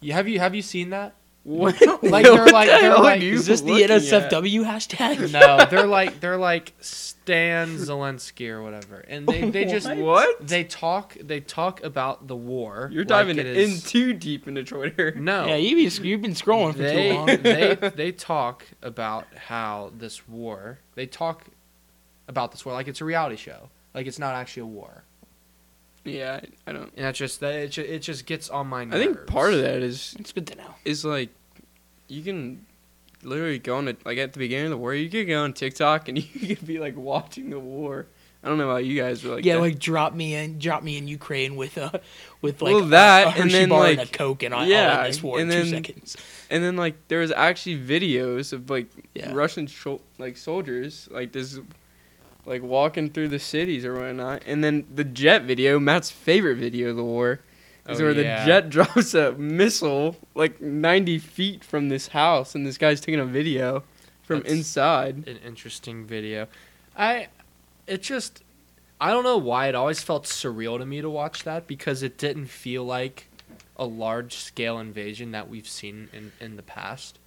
S1: you have you have you seen that?
S2: what?
S1: Like they're like they're
S2: hell are
S1: like
S2: you
S3: Is this the
S2: looking
S3: NSFW hashtag?
S1: no, they're like they're like Stan Zelensky or whatever, and they they just
S2: What? What?
S1: they talk they talk about the war.
S2: You're
S1: like
S2: diving
S1: it is-
S2: in too deep into Twitter.
S1: No,
S3: Yeah, you've been, you've been scrolling for too long.
S1: they, they they talk about how this war they talk about this war like it's a reality show like it's not actually a war
S2: Yeah, I, I don't.
S1: and that's just that it, ju- it just gets on my nerves
S2: I think part of that is
S3: It's good to know.
S2: is like you can literally go on to, like at the beginning of the war, you could go on TikTok and you could be like watching the war. I don't know about you guys, but like
S3: yeah,
S2: that-
S3: like drop me in, drop me in Ukraine with a, with like
S2: Well,
S3: a-
S2: that,
S3: a
S2: and
S3: Hershey
S2: then,
S3: bar and a
S2: like-
S3: Coke, and I, I'll
S2: yeah,
S3: end this war
S2: and
S3: in two
S2: then-
S3: seconds.
S2: and then like there was actually videos of like
S3: Yeah.
S2: Russian sho- like soldiers like this like walking through the cities or whatnot. And then the jet video, Matt's favorite video of the war, is
S1: Oh,
S2: where
S1: yeah.
S2: the jet drops a missile like 90 feet from this house, and this guy's taking a video from
S1: That's-
S2: inside.
S1: an interesting video. I it just I don't know why it always felt surreal to me to watch that because it didn't feel like a large scale invasion that we've seen in, in the past.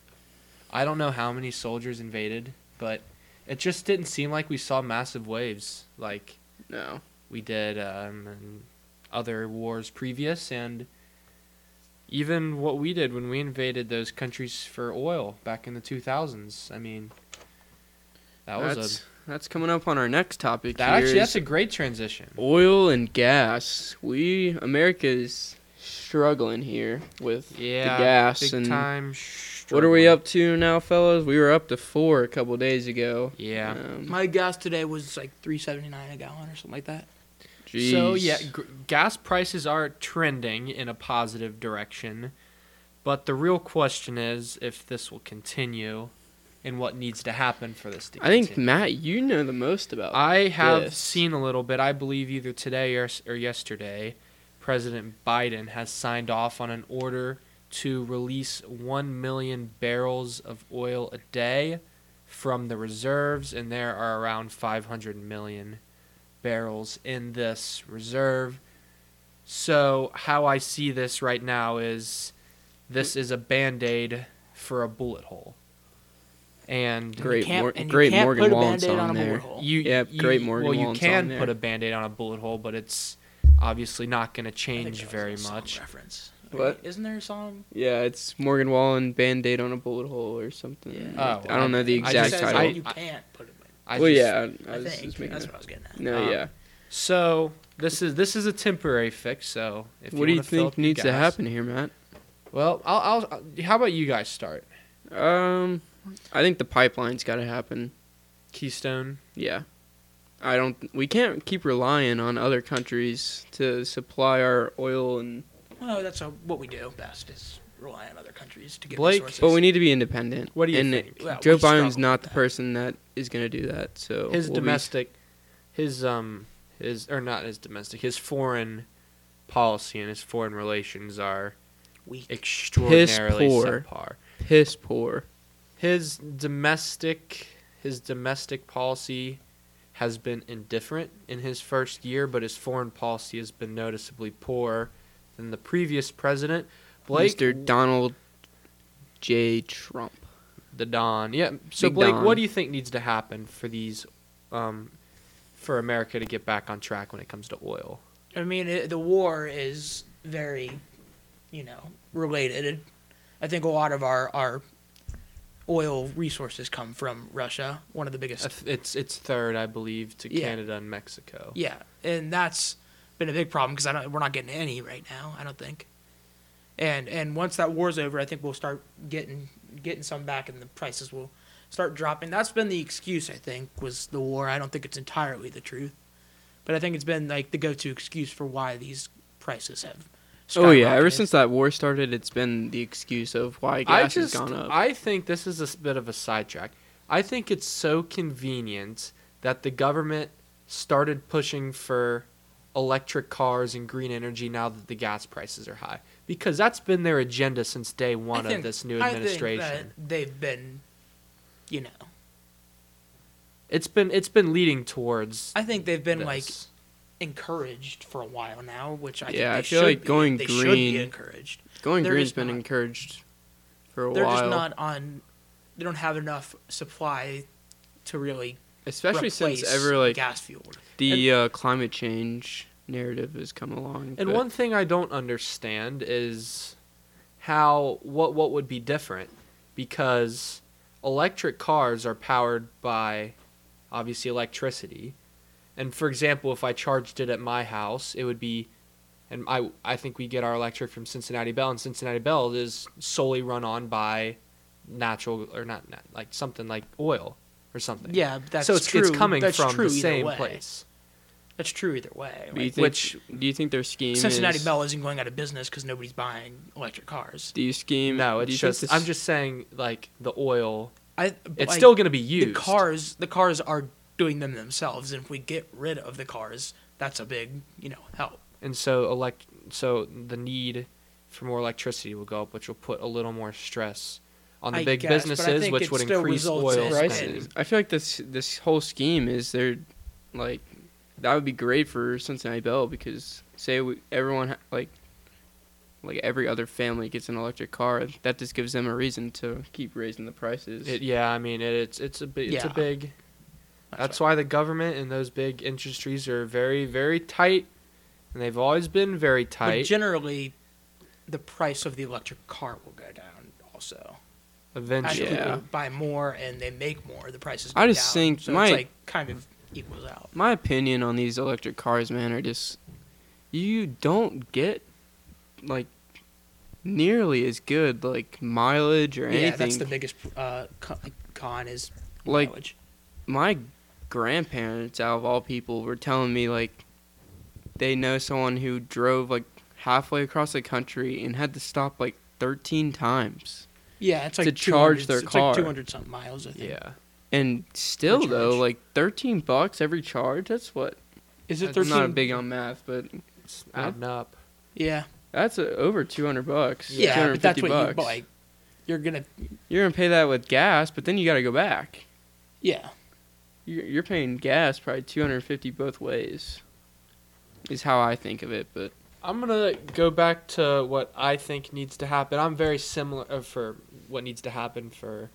S1: I don't know how many soldiers invaded, but it just didn't seem like we saw massive waves like
S2: No,
S1: we did um, in other wars previous and even what we did when we invaded those countries for oil back in the 2000s i mean that was
S2: that's
S1: a
S2: that's coming up on our next topic.
S1: that
S2: here
S1: actually
S2: is-
S1: that's a great transition
S2: oil and gas. We America's struggling here with
S1: yeah
S2: the gas
S1: big
S2: and
S1: time
S2: what are we
S1: struggling.
S2: up to now, fellas? We were up to four a couple days ago.
S1: yeah
S2: Um,
S3: My gas today was like three seventy nine a gallon or something like that.
S1: So
S2: jeez.
S1: yeah, gr gas prices are trending in a positive direction, but the real question is if this will continue, and what needs to happen for this to.
S2: I
S1: Continue.
S2: think Matt, you know the most about.
S1: I have
S2: this.
S1: seen a little bit. I believe either today or, or yesterday, President Biden has signed off on an order to release 1 million barrels of oil a day from the reserves, and there are around 500 million barrels in this reserve. So, how I see this right now is this is a band aid for a bullet hole. And
S3: You
S2: Great,
S3: can't-
S2: Mor-
S3: and you
S2: great
S3: can't
S2: Morgan
S3: put a
S2: Wallen's
S3: Band-Aid
S2: on
S3: on a
S2: there.
S3: bullet hole.
S1: you,
S2: Yep,
S1: you-
S2: great Morgan
S1: Well, you
S2: Wallen's on
S1: can
S2: there.
S1: put a band-aid on a bullet hole, but it's obviously not going to change very much.
S3: Reference.
S2: What?
S3: Isn't there a song?
S2: yeah, it's Morgan Wallen Band Aid on a bullet hole or something.
S3: Yeah.
S2: like
S1: Oh,
S2: that. I don't know the
S1: I
S2: exact
S1: just-
S2: title.
S1: I-
S3: you can't put it.
S1: I
S2: well,
S1: just-
S2: yeah, I,
S3: I,
S2: was
S3: think
S2: just making.
S3: that's what
S2: that-
S3: I was getting at.
S2: No,
S1: Um,
S2: yeah.
S1: So this is this is a temporary fix. So if
S2: What do you
S1: wanna fill
S2: think
S1: up your
S2: needs to
S1: gas-
S2: happen here, Matt?
S1: Well, I'll, I'll. How about you guys start?
S2: Um, I think the pipeline's got to happen.
S1: Keystone.
S2: Yeah. I don't we can't keep relying on other countries to supply our oil and
S3: Well, that's uh what we do best is rely on other countries to get
S1: Blake,
S3: resources.
S2: but we need to be independent.
S1: What do you
S2: and
S1: think?
S3: Well,
S2: Joe
S3: we struggle
S2: Biden's
S3: with
S2: not the
S3: that.
S2: person that is going to do that. So
S1: His
S2: we'll be-
S1: domestic, his um, his or not his domestic, his foreign policy and his foreign relations are
S3: Weak.
S1: extraordinarily
S2: poor.
S1: subpar.
S2: piss poor.
S1: his domestic his domestic policy has been indifferent in his first year, but his foreign policy has been noticeably poorer than the previous president, Blake
S2: Mr. Donald J Trump.
S1: the Don. Yeah. So
S2: Big
S1: Blake, what
S2: Don.
S1: do you think needs to happen for these, um, for America to get back on track when it comes to oil?
S3: I mean, it, the war is very, you know, related. I think a lot of our our oil resources come from Russia, one of the biggest.
S1: It's it's third, I believe, to
S3: Yeah.
S1: Canada and Mexico.
S3: Yeah, and that's been a big problem because I don't. We're not getting any right now. I don't think. And and once that war's over, I think we'll start getting getting some back, and the prices will start dropping. That's been the excuse I think was the war. I don't think it's entirely the truth, but I think it's been like the go-to excuse for why these prices have.
S2: Oh yeah, ever
S3: skyrocketed.
S2: since that war started, it's been the excuse of why gas
S1: I just,
S2: has gone up.
S1: I think this is a s- bit of a sidetrack. I think it's so convenient that the government started pushing for electric cars and green energy now that the gas prices are high because that's been their agenda since day
S3: I
S1: one of
S3: think-
S1: this new
S3: I think
S1: administration.
S3: that they've been, you know,
S1: It's been it's been leading towards.
S3: I think they've been like
S1: this.
S3: encouraged for a while now, which I
S2: Yeah,
S3: think they
S2: I feel
S3: should
S2: like
S3: be.
S2: going
S3: they should
S2: green-
S3: be encouraged.
S2: Going
S3: they're
S2: green's
S3: just
S2: been
S3: not-
S2: encouraged for a
S3: they're
S2: while,
S3: just not on they don't have enough supply to really
S2: especially since
S3: replace
S2: ever like
S3: gas fueled
S2: the uh, climate change narrative has come along.
S1: And
S2: but-
S1: one thing I don't understand is how what what would be different because electric cars are powered by obviously electricity. And for example, if I charged it at my house, it would be and I I think we get our electric from Cincinnati Bell and Cincinnati Bell is solely run on by natural or not, not like something like oil or something.
S3: Yeah, but that's
S1: so it's,
S3: true.
S1: it's coming
S3: that's
S1: from
S3: true
S1: the
S3: either
S1: same
S3: way.
S1: place.
S3: That's true either way.
S2: Do you
S3: Like,
S2: think,
S1: which-
S2: do you think their scheme
S3: Cincinnati
S2: is,
S3: Bell isn't going out of business because nobody's buying electric cars.
S2: Do you scheme?
S1: No,
S2: do
S1: it's
S2: you think
S1: just
S2: this-
S1: I'm just saying like the oil.
S3: I,
S1: It's
S3: like,
S1: still going to be used.
S3: the cars. The cars are doing them themselves, and if we get rid of the cars, that's a big you know help.
S1: and so elect so the need for more electricity will go up, which will put a little more stress on the
S3: I
S1: big
S3: guess, but I
S1: businesses,
S3: think
S1: which
S3: it
S1: would
S3: still
S1: increase
S3: results
S1: oil
S3: in-
S2: prices.
S1: prices.
S2: I feel like this this whole scheme is they're like that would be great for Cincinnati Bell because say we, everyone ha- like like every other family gets an electric car that just gives them a reason to keep raising the prices.
S1: It, yeah, I mean it, it's it's a big, it's a
S3: Yeah.
S1: big. That's why the government and those big industries are very very tight, and they've always been very
S3: But
S1: tight.
S3: generally, the price of the electric car will go down. Also, as
S1: Eventually,
S2: Yeah.
S3: people buy more and they make more, the prices. Go
S2: I just
S3: down.
S2: think
S3: so
S2: my-
S3: it's like kind of equals out.
S2: My opinion on these electric cars, man, are just you don't get like nearly as good like mileage or anything.
S3: Yeah, that's the biggest uh, co- con is
S2: Like,
S3: mileage.
S2: my grandparents out of all people were telling me like they know someone who drove like halfway across the country and had to stop like 13 times
S3: Yeah, it's like
S2: to charge
S3: 200
S2: their
S3: it's
S2: car.
S3: Like Two hundred something miles, I think.
S1: yeah.
S2: and still
S3: Charge.
S2: though like 13 bucks every charge that's what
S3: Is it
S2: i'm
S3: thirteen?
S2: not big on math but
S1: It's adding up.
S3: Yeah.
S2: that's uh over 200 bucks
S3: Yeah, but that's
S2: 250
S3: what
S2: bucks.
S3: you like. You're gonna.
S2: you're gonna pay that with gas but then you gotta go back
S3: Yeah.
S2: you're, you're paying gas probably 250 both ways is how i think of it but
S1: I'm gonna go back to what I think needs to happen. I'm very similar uh, for what needs to happen for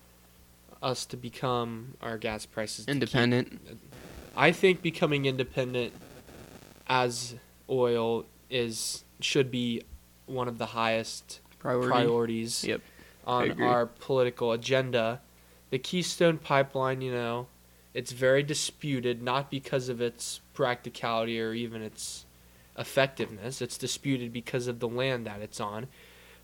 S1: us to become our gas prices to keep
S2: independent
S1: I think becoming independent as oil is should be one of the highest
S2: priority,
S1: priorities
S2: Yep.
S1: on
S2: agree.
S1: our political agenda. The Keystone Pipeline, you know, it's very disputed, not because of its practicality or even its effectiveness. It's disputed because of the land that it's on.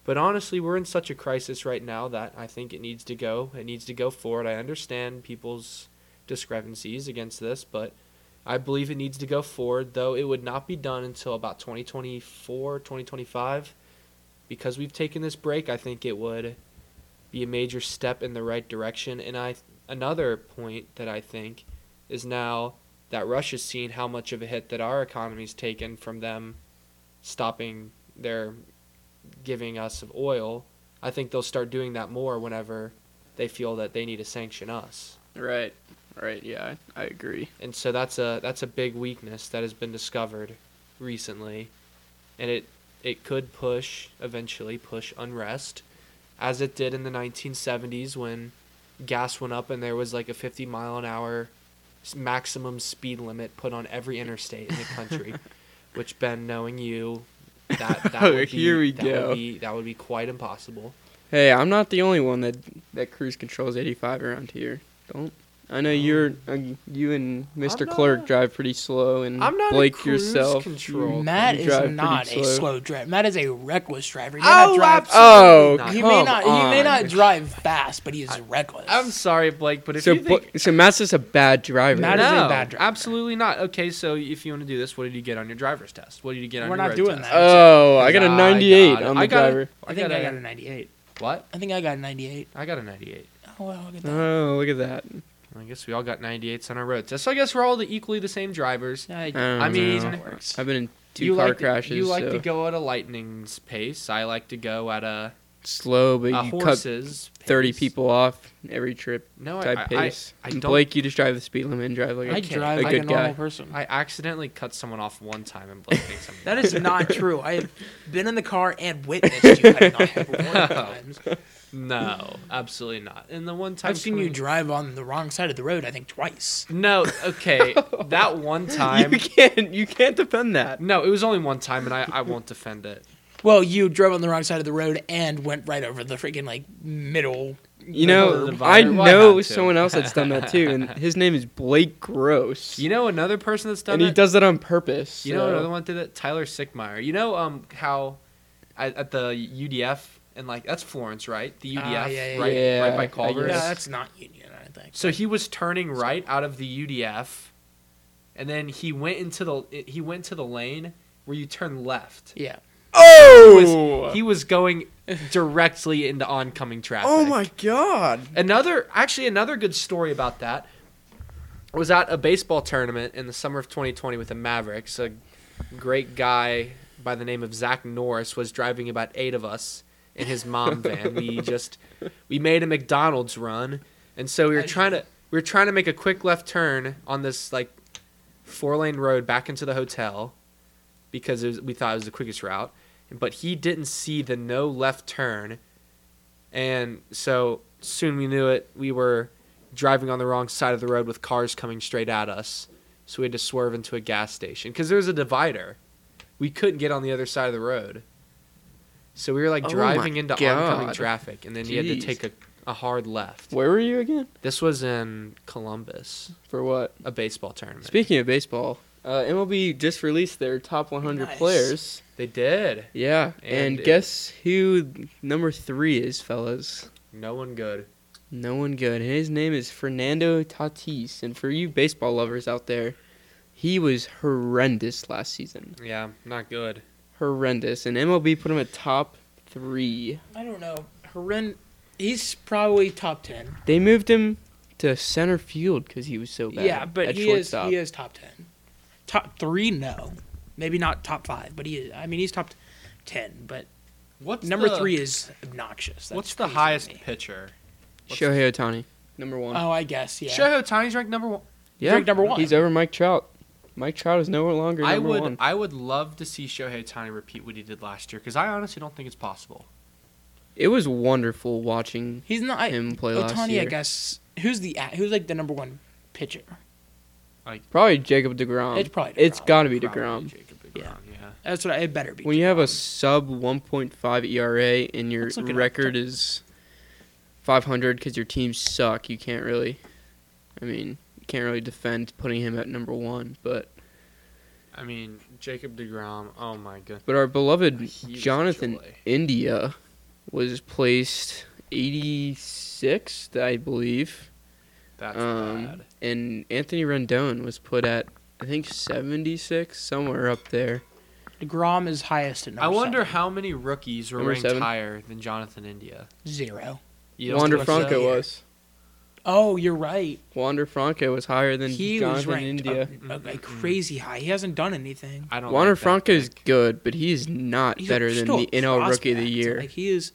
S1: But honestly, we're in such a crisis right now that I think it needs to go. It needs to go forward. I understand people's discrepancies against this, but I believe it needs to go forward, though it would not be done until about 2024, 2025 because we've taken this break, I think it would be a major step in the right direction. And I another point that I think is now that Russia's seen how much of a hit that our economy's taken from them stopping their giving us of oil. I think they'll start doing that more whenever they feel that they need to sanction us.
S2: Right. Right. Yeah, I, I agree.
S1: And so that's a that's a big weakness that has been discovered recently, and it it could push eventually push unrest, as it did in the 1970s when gas went up and there was like a 50 mile an hour s- maximum speed limit put on every interstate in the country, which Ben, knowing you, that that
S2: Oh,
S1: would be,
S2: here we
S1: that
S2: go.
S1: Would be, that would be quite impossible.
S2: Hey, I'm not the only one that that cruise controls 85 around here. Don't. I know you're uh, you and
S1: Oh. I'm
S2: mister
S1: not
S2: Clerk
S1: a-
S2: drive pretty slow, and
S1: I'm not a
S2: Blake
S1: cruise
S2: yourself.
S1: control.
S3: Matt
S2: you
S3: is
S2: drive pretty
S3: not a
S2: slow.
S3: slow driver. Matt is a reckless driver. He may
S1: Oh,
S3: not drive.
S1: absolutely. not.
S2: Oh, come
S3: He may not.
S2: on.
S3: He may not drive fast, but he is reckless.
S1: I'm sorry, Blake, but if
S2: So,
S1: you think
S2: Bla- so Matt's just a bad driver.
S3: Matt is a bad driver.
S1: Absolutely not. Okay, so if you want to do this, what did you get on your driver's test? What did you get on
S3: We're
S1: your
S3: not
S1: road
S3: doing
S1: test?
S3: that.
S2: oh, I got a
S1: God,
S2: 98
S1: God.
S2: on the
S1: I got a-
S2: driver.
S3: I think
S1: got
S3: I
S1: a-
S3: got a 98.
S1: What?
S3: I think I got a 98.
S1: I got a 98.
S3: Oh well, look at that.
S2: Oh, look at that.
S1: I guess we all got 98s on our road test. So I guess we're all the equally the same drivers.
S3: I,
S2: don't
S1: I mean,
S2: know.
S3: that works.
S2: I've been in two
S1: you
S2: car
S1: like
S2: crashes.
S1: To, you like
S2: so
S1: to go at a lightning's pace. I like to go at a,
S2: slow, but
S1: a
S2: you cut
S1: horse's.
S2: 30
S1: pace.
S2: people off every trip
S1: No, I,
S2: type
S1: I, I,
S2: pace.
S1: I
S2: And
S1: don't.
S2: Blake, you just drive the speed limit and drive like a
S3: I
S1: okay.
S3: drive
S1: A
S3: like a
S2: good
S3: normal
S2: guy.
S3: person.
S1: I accidentally cut someone off one time and Blake thinks I'm.
S3: That is not true. I have been in the car and witnessed you cutting off people more times.
S1: no, absolutely not. And the one time
S3: I've seen you
S1: Clem-
S3: drive on the wrong side of the road. I think twice.
S1: No, okay, that one time.
S2: You can't you can't defend that.
S1: No, it was only one time, and I, I won't defend it.
S3: Well, you drove on the wrong side of the road and went right over the freaking like middle.
S2: You
S1: Well,
S2: know,
S1: the
S2: I
S1: vine- well, I
S2: know
S1: had to.
S2: someone else that's done that too, and his name is Blake Gross.
S1: You know another person that's done
S2: and
S1: it.
S2: he does that on purpose.
S1: You know
S2: so-
S1: another one did it. Tyler Sickmeyer. You know um how at, at the UDF and like that's Florence, right? The
S3: Ah,
S1: UDF,
S3: yeah, yeah,
S1: right,
S2: yeah.
S1: right by
S2: Yeah,
S1: Culver's.
S2: Yes.
S3: Yeah, that's not union, I think.
S1: So he was turning right out of the UDF, and then he went into the he went to the lane where you turn left.
S3: Yeah.
S2: Oh!
S1: He was going directly into oncoming traffic.
S2: oh my god.
S1: Another actually another good story about that was at a baseball tournament in the summer of 2020 with the Mavericks. A great guy by the name of Zach Norris was driving about eight of us in his mom van. We just we made a McDonald's run, and so we were
S3: Nice.
S1: trying to we were trying to make a quick left turn on this like four lane road back into the hotel because it was, we thought it was the quickest route. But he didn't see the no left turn, and so soon we knew it. We were driving on the wrong side of the road with cars coming straight at us, so we had to swerve into a gas station because there was a divider. We couldn't get on the other side of the road, so we were like
S2: Oh my
S1: driving into oncoming
S2: God.
S1: traffic, and then you had to
S2: Jeez.
S1: take a, a hard left.
S2: Where were you again?
S1: This was in Columbus,
S2: For what?
S1: a baseball tournament.
S2: Speaking of baseball, uh, MLB just released their top 100
S3: Nice.
S2: players.
S1: They did.
S2: Yeah,
S1: And
S2: and,
S1: it-
S2: guess who number three is, fellas?
S1: No one good.
S2: No one good. And his name is Fernando Tatis. And for you baseball lovers out there, he was horrendous last season.
S1: Yeah, not good.
S2: Horrendous. And MLB put him at top three.
S3: I don't know. Horrend- he's probably top 10.
S2: They moved him to center field because he was so bad.
S3: Yeah, but
S2: at
S3: he
S2: shortstop.
S3: is he is top 10. Top 3 no. Maybe not top 5, but he is I mean he's top 10, but
S1: What's
S3: number
S1: the-
S3: 3 is obnoxious. That's
S1: What's the
S3: crazy to
S1: highest
S3: me.
S1: pitcher?
S2: Shohei Otani, number one.
S3: Oh, I guess, yeah.
S1: Shohei Otani's ranked number one.
S2: yeah,
S3: ranked number one.
S2: He's over Mike Trout. Mike Trout is no longer number
S1: I would
S2: one.
S1: I would love to see Shohei Otani repeat what he did last year because I honestly don't think it's possible.
S2: It was wonderful watching
S3: He's not I,
S2: him play last
S3: Otani,
S2: year.
S3: I guess. Who's the a- who's like the number 1 pitcher?
S2: Probably Jacob Degrom.
S3: It's probably
S2: It's
S3: DeGrom,
S2: got to be
S1: Probably
S2: Degrom.
S1: Jacob DeGrom, yeah.
S3: Yeah. That's what I, it better be.
S2: When you have a sub 1.5 ERA E and your
S3: Let's look it up.
S2: record is 500 because your teams suck, you can't really. I mean, you can't really defend putting him at number one. But
S1: I mean Jacob Degrom. Oh my god.
S2: but our beloved
S1: He was
S2: Jonathan
S1: joy.
S2: India was placed 86th, I believe,
S1: That's
S2: um,
S1: bad.
S2: and Anthony Rendon was put at I think 76, somewhere up there.
S3: DeGrom is highest at number
S1: I wonder
S3: seven.
S1: how many rookies were
S2: Number
S1: ranked
S2: seven.
S1: higher than Jonathan India.
S3: zero.
S1: You don't
S2: Wander
S1: think
S3: Franco
S2: Franco
S3: here.
S2: was.
S3: Oh, you're right.
S2: Wander Franco was higher than
S3: he was
S2: Jonathan
S3: ranked
S2: India. Mm-hmm.
S3: a- a- a crazy high. He hasn't done anything.
S1: I don't.
S2: Wander
S1: like that
S2: Franco is
S1: pick.
S2: good, but he is not
S3: He's a-
S2: better than
S3: still a
S2: the NL Rookie of the
S3: prospect.
S2: Year.
S3: Like he is,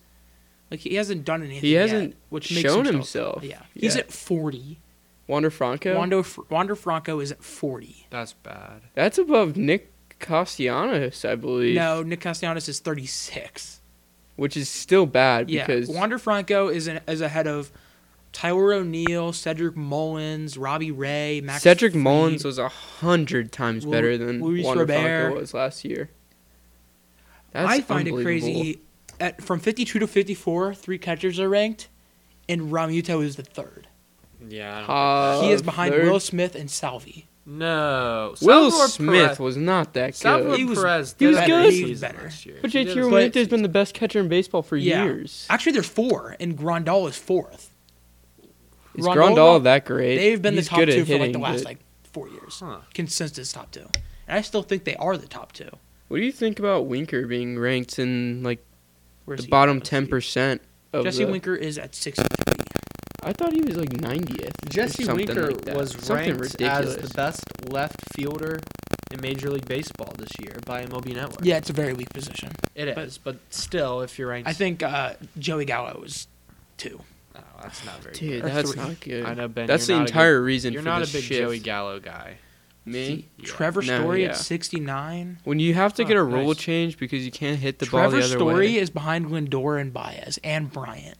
S3: like he hasn't done anything.
S2: He hasn't
S3: yet, which makes
S2: shown
S3: him still-
S2: himself.
S3: Yeah, he's
S2: Yeah.
S3: at forty.
S2: Wander Franco.
S3: Wando Fr- Wander Franco is at forty.
S1: That's bad.
S2: That's above Nick Castellanos, I believe.
S3: No, Nick Castellanos is thirty six.
S2: Which is still bad
S3: Yeah,
S2: because
S3: Wander Franco is in, is ahead of Tyler O'Neill, Cedric Mullins, Robbie Ray, Max.
S2: Cedric
S3: Fried.
S2: Mullins was a hundred times
S3: Lu-
S2: better than
S3: Luis
S2: Wander
S3: Robert.
S2: Franco was last year. That's
S3: I find it
S2: unbelievable.
S3: crazy. At from fifty two to fifty four, three catchers are ranked, and Ramuto is the third.
S1: Yeah. I don't
S2: Uh,
S1: like
S3: he is behind
S2: third-
S3: Will Smith and Salvi.
S1: that. no.
S2: Will
S1: Salvador
S2: Smith
S1: Perez-
S2: was not that
S1: Salvador
S2: good.
S3: He was-
S1: Perez.
S2: he was
S1: did
S2: good.
S1: this
S2: He
S3: was
S1: season
S3: better.
S1: last year.
S2: but
S1: He
S2: JT
S1: did this
S2: Realmuto has
S1: season.
S2: been the best catcher in baseball for
S3: Yeah.
S2: years.
S3: Actually, they're four, and Grandal is fourth.
S2: Is
S3: Grandal-
S2: Grandal that great?
S3: They've been the
S2: He's
S3: top
S2: good at
S3: two for like the
S2: hitting,
S3: last
S2: but-
S3: like four years.
S1: Huh.
S3: Consensus top two, and I still think they are the top two.
S2: What do you think about Winker being ranked in like
S3: Where's
S2: the
S3: he?
S2: bottom
S3: Let's see.
S2: ten percent of
S3: Jesse
S2: the-
S3: Winker is at sixty three.
S2: I thought he was like ninetieth.
S1: Jesse Winker was ranked as the best left fielder in Major League Baseball this year by MLB Network.
S3: Yeah, it's a very weak position.
S1: it is,
S3: but-
S1: but still, if you're ranked,
S3: I think uh, Joey Gallo is two.
S1: oh, that's not very.
S2: Dude,
S1: good.
S3: or
S2: that's
S3: three.
S2: not good.
S1: I know Ben.
S2: that's
S1: you're
S2: the
S1: not a
S2: entire
S1: Big,
S2: reason
S1: you're
S2: for
S1: not
S2: this
S1: a big
S2: shift.
S1: Joey Gallo guy.
S2: Me,
S1: You are.
S3: Trevor
S2: No,
S3: Story
S2: yeah.
S3: at sixty nine.
S2: when you have to
S1: Huh,
S2: get a
S1: nice.
S2: rule change because you can't hit the ball
S3: Trevor
S2: the other
S3: Story
S2: way.
S3: is behind Lindor and Baez and Bryant.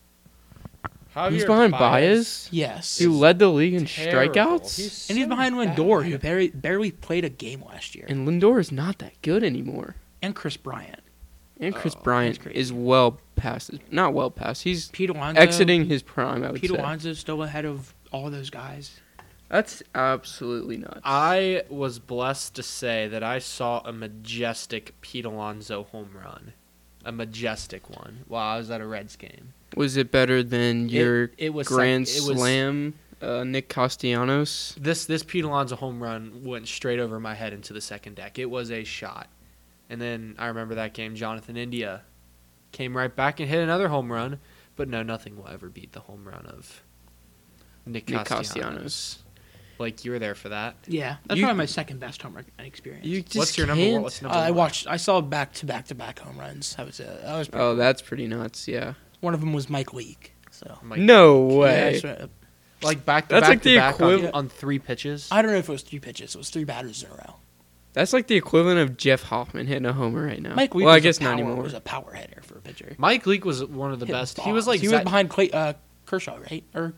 S2: He's
S1: Javier
S2: behind Baez.
S3: Yes,
S2: Who led the league in
S1: terrible.
S2: strikeouts?
S1: He's
S3: and he's
S1: so
S3: behind
S1: bad.
S3: Lindor, who barely, barely played a game last year, and,
S2: And Lindor is not that good anymore.
S3: Chris Bryant,
S2: And Chris
S1: Oh, that's
S2: Bryant
S3: crazy.
S2: is well past, his, not well past. He's
S3: Pete Alonso.
S2: exiting his prime. I would
S3: Pete
S2: say
S3: Alonso's still ahead of all those guys.
S2: that's absolutely nuts.
S1: I was blessed to say that I saw a majestic Pete Alonso home run. a majestic one while I was at a Reds game.
S2: Was it better than your
S1: it, it was sec-
S2: grand
S1: it was-
S2: slam, uh, Nick Castellanos?
S1: This this Pete Alonso home run went straight over my head into the second deck. It was a shot, and then I remember that game. Jonathan India came right back and hit another home run, but no, nothing will ever beat the home run of Nick
S2: Nick
S1: Castellanos.
S2: Castellanos.
S1: Like you were there for that.
S3: Yeah, that's
S2: You-
S3: probably my second best home run experience.
S2: You just
S1: what's your number?
S2: can't-
S1: One? What's
S3: Uh,
S1: number
S3: I
S1: one?
S3: watched. I saw back to back to back home runs. That was uh, that was pretty
S2: Oh,
S3: cool.
S2: that's pretty nuts. Yeah.
S3: one of them was Mike Leake. So
S1: I'm like,
S2: no
S3: Yeah,
S2: way.
S3: I swear-
S1: like back to
S2: That's
S1: back
S2: like
S1: to
S2: the
S1: back on,
S2: equivalent-
S1: on three pitches.
S3: I don't know if it was three pitches. It was three batters in a row.
S2: That's like the equivalent of Jeff Hoffman hitting a homer right now.
S3: Mike Leake
S2: well, I
S3: was
S2: guess
S3: a power,
S2: not anymore.
S3: was a power hitter for a pitcher.
S1: Mike Leake was one of the
S3: Hit
S1: best. He was
S3: bombs.
S1: like
S3: he was
S1: Zach
S3: behind Clay, uh, Kershaw, right? Or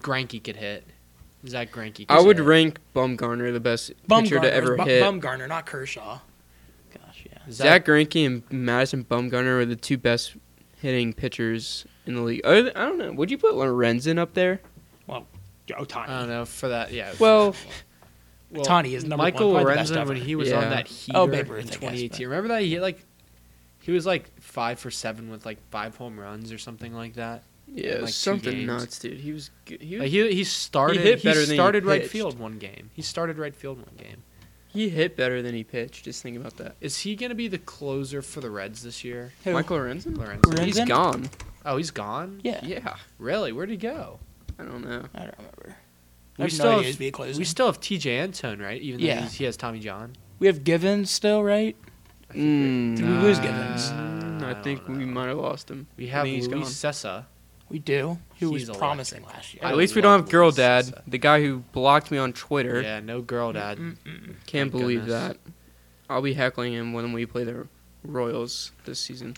S1: Granky could hit. Zach Granky. Could
S2: I would
S1: hit.
S2: rank Bumgarner the best pitcher
S3: Bumgarner
S2: to ever
S3: Bu-
S2: hit.
S3: Bumgarner, not Kershaw. Gosh, yeah.
S2: Zach Greinke and Madison Bumgarner are the two best hitting pitchers in the league. Other than- I don't know. Would you put Lorenzen up there?
S3: Otani.
S1: I don't know for that. Yeah.
S2: Well,
S1: well,
S3: Tani is number
S1: Michael
S3: one, probably the best
S1: Lorenzen
S3: ever.
S1: when he was
S2: Yeah.
S1: on that heater
S3: Oh, Babe Ruth,
S1: in
S3: I guess,
S1: 2018.
S3: but-
S1: Remember that he hit like he was like five for seven with like five home runs or something like that.
S2: yeah,
S1: like two
S2: something
S1: games.
S2: nuts, dude. He was good. He, was,
S1: Like he he started
S2: hit better
S1: he
S2: than he
S1: started right
S2: pitched.
S1: field one game. He started right field one game.
S2: he hit better than he pitched. Just think about that.
S1: Is he gonna be the closer for the Reds this year?
S3: Who?
S2: Michael Lorenzen?
S1: Lorenzen.
S2: He's
S3: Lorenzen?
S2: gone.
S1: Oh, he's gone.
S3: yeah.
S2: Yeah.
S1: Really? Where'd he go?
S2: I don't know.
S3: I don't remember.
S1: We
S3: I have
S1: still
S3: no
S1: have-
S3: idea who's being closing.
S1: We
S3: We,
S1: still have T.J. Antone, right? Even though
S3: Yeah.
S1: he's, he has Tommy John.
S3: have Givens still, right?
S1: I think
S3: Did we lose Givens?
S2: Mm, I
S1: I
S2: think
S1: don't
S2: we
S1: know.
S2: might have lost him.
S1: we
S2: I
S1: have
S2: think
S1: Luis
S2: he's gone.
S1: Sessa.
S3: We do. Who
S1: He's
S3: was promising last year?
S1: I
S2: At least we
S1: love
S2: don't have Girl
S1: Luis
S2: Dad,
S1: Sessa.
S2: the guy who blocked me on Twitter.
S1: Yeah, no girl dad.
S2: Can't
S1: Thank
S2: believe
S1: goodness.
S2: that. I'll be heckling him when we play the Royals this season.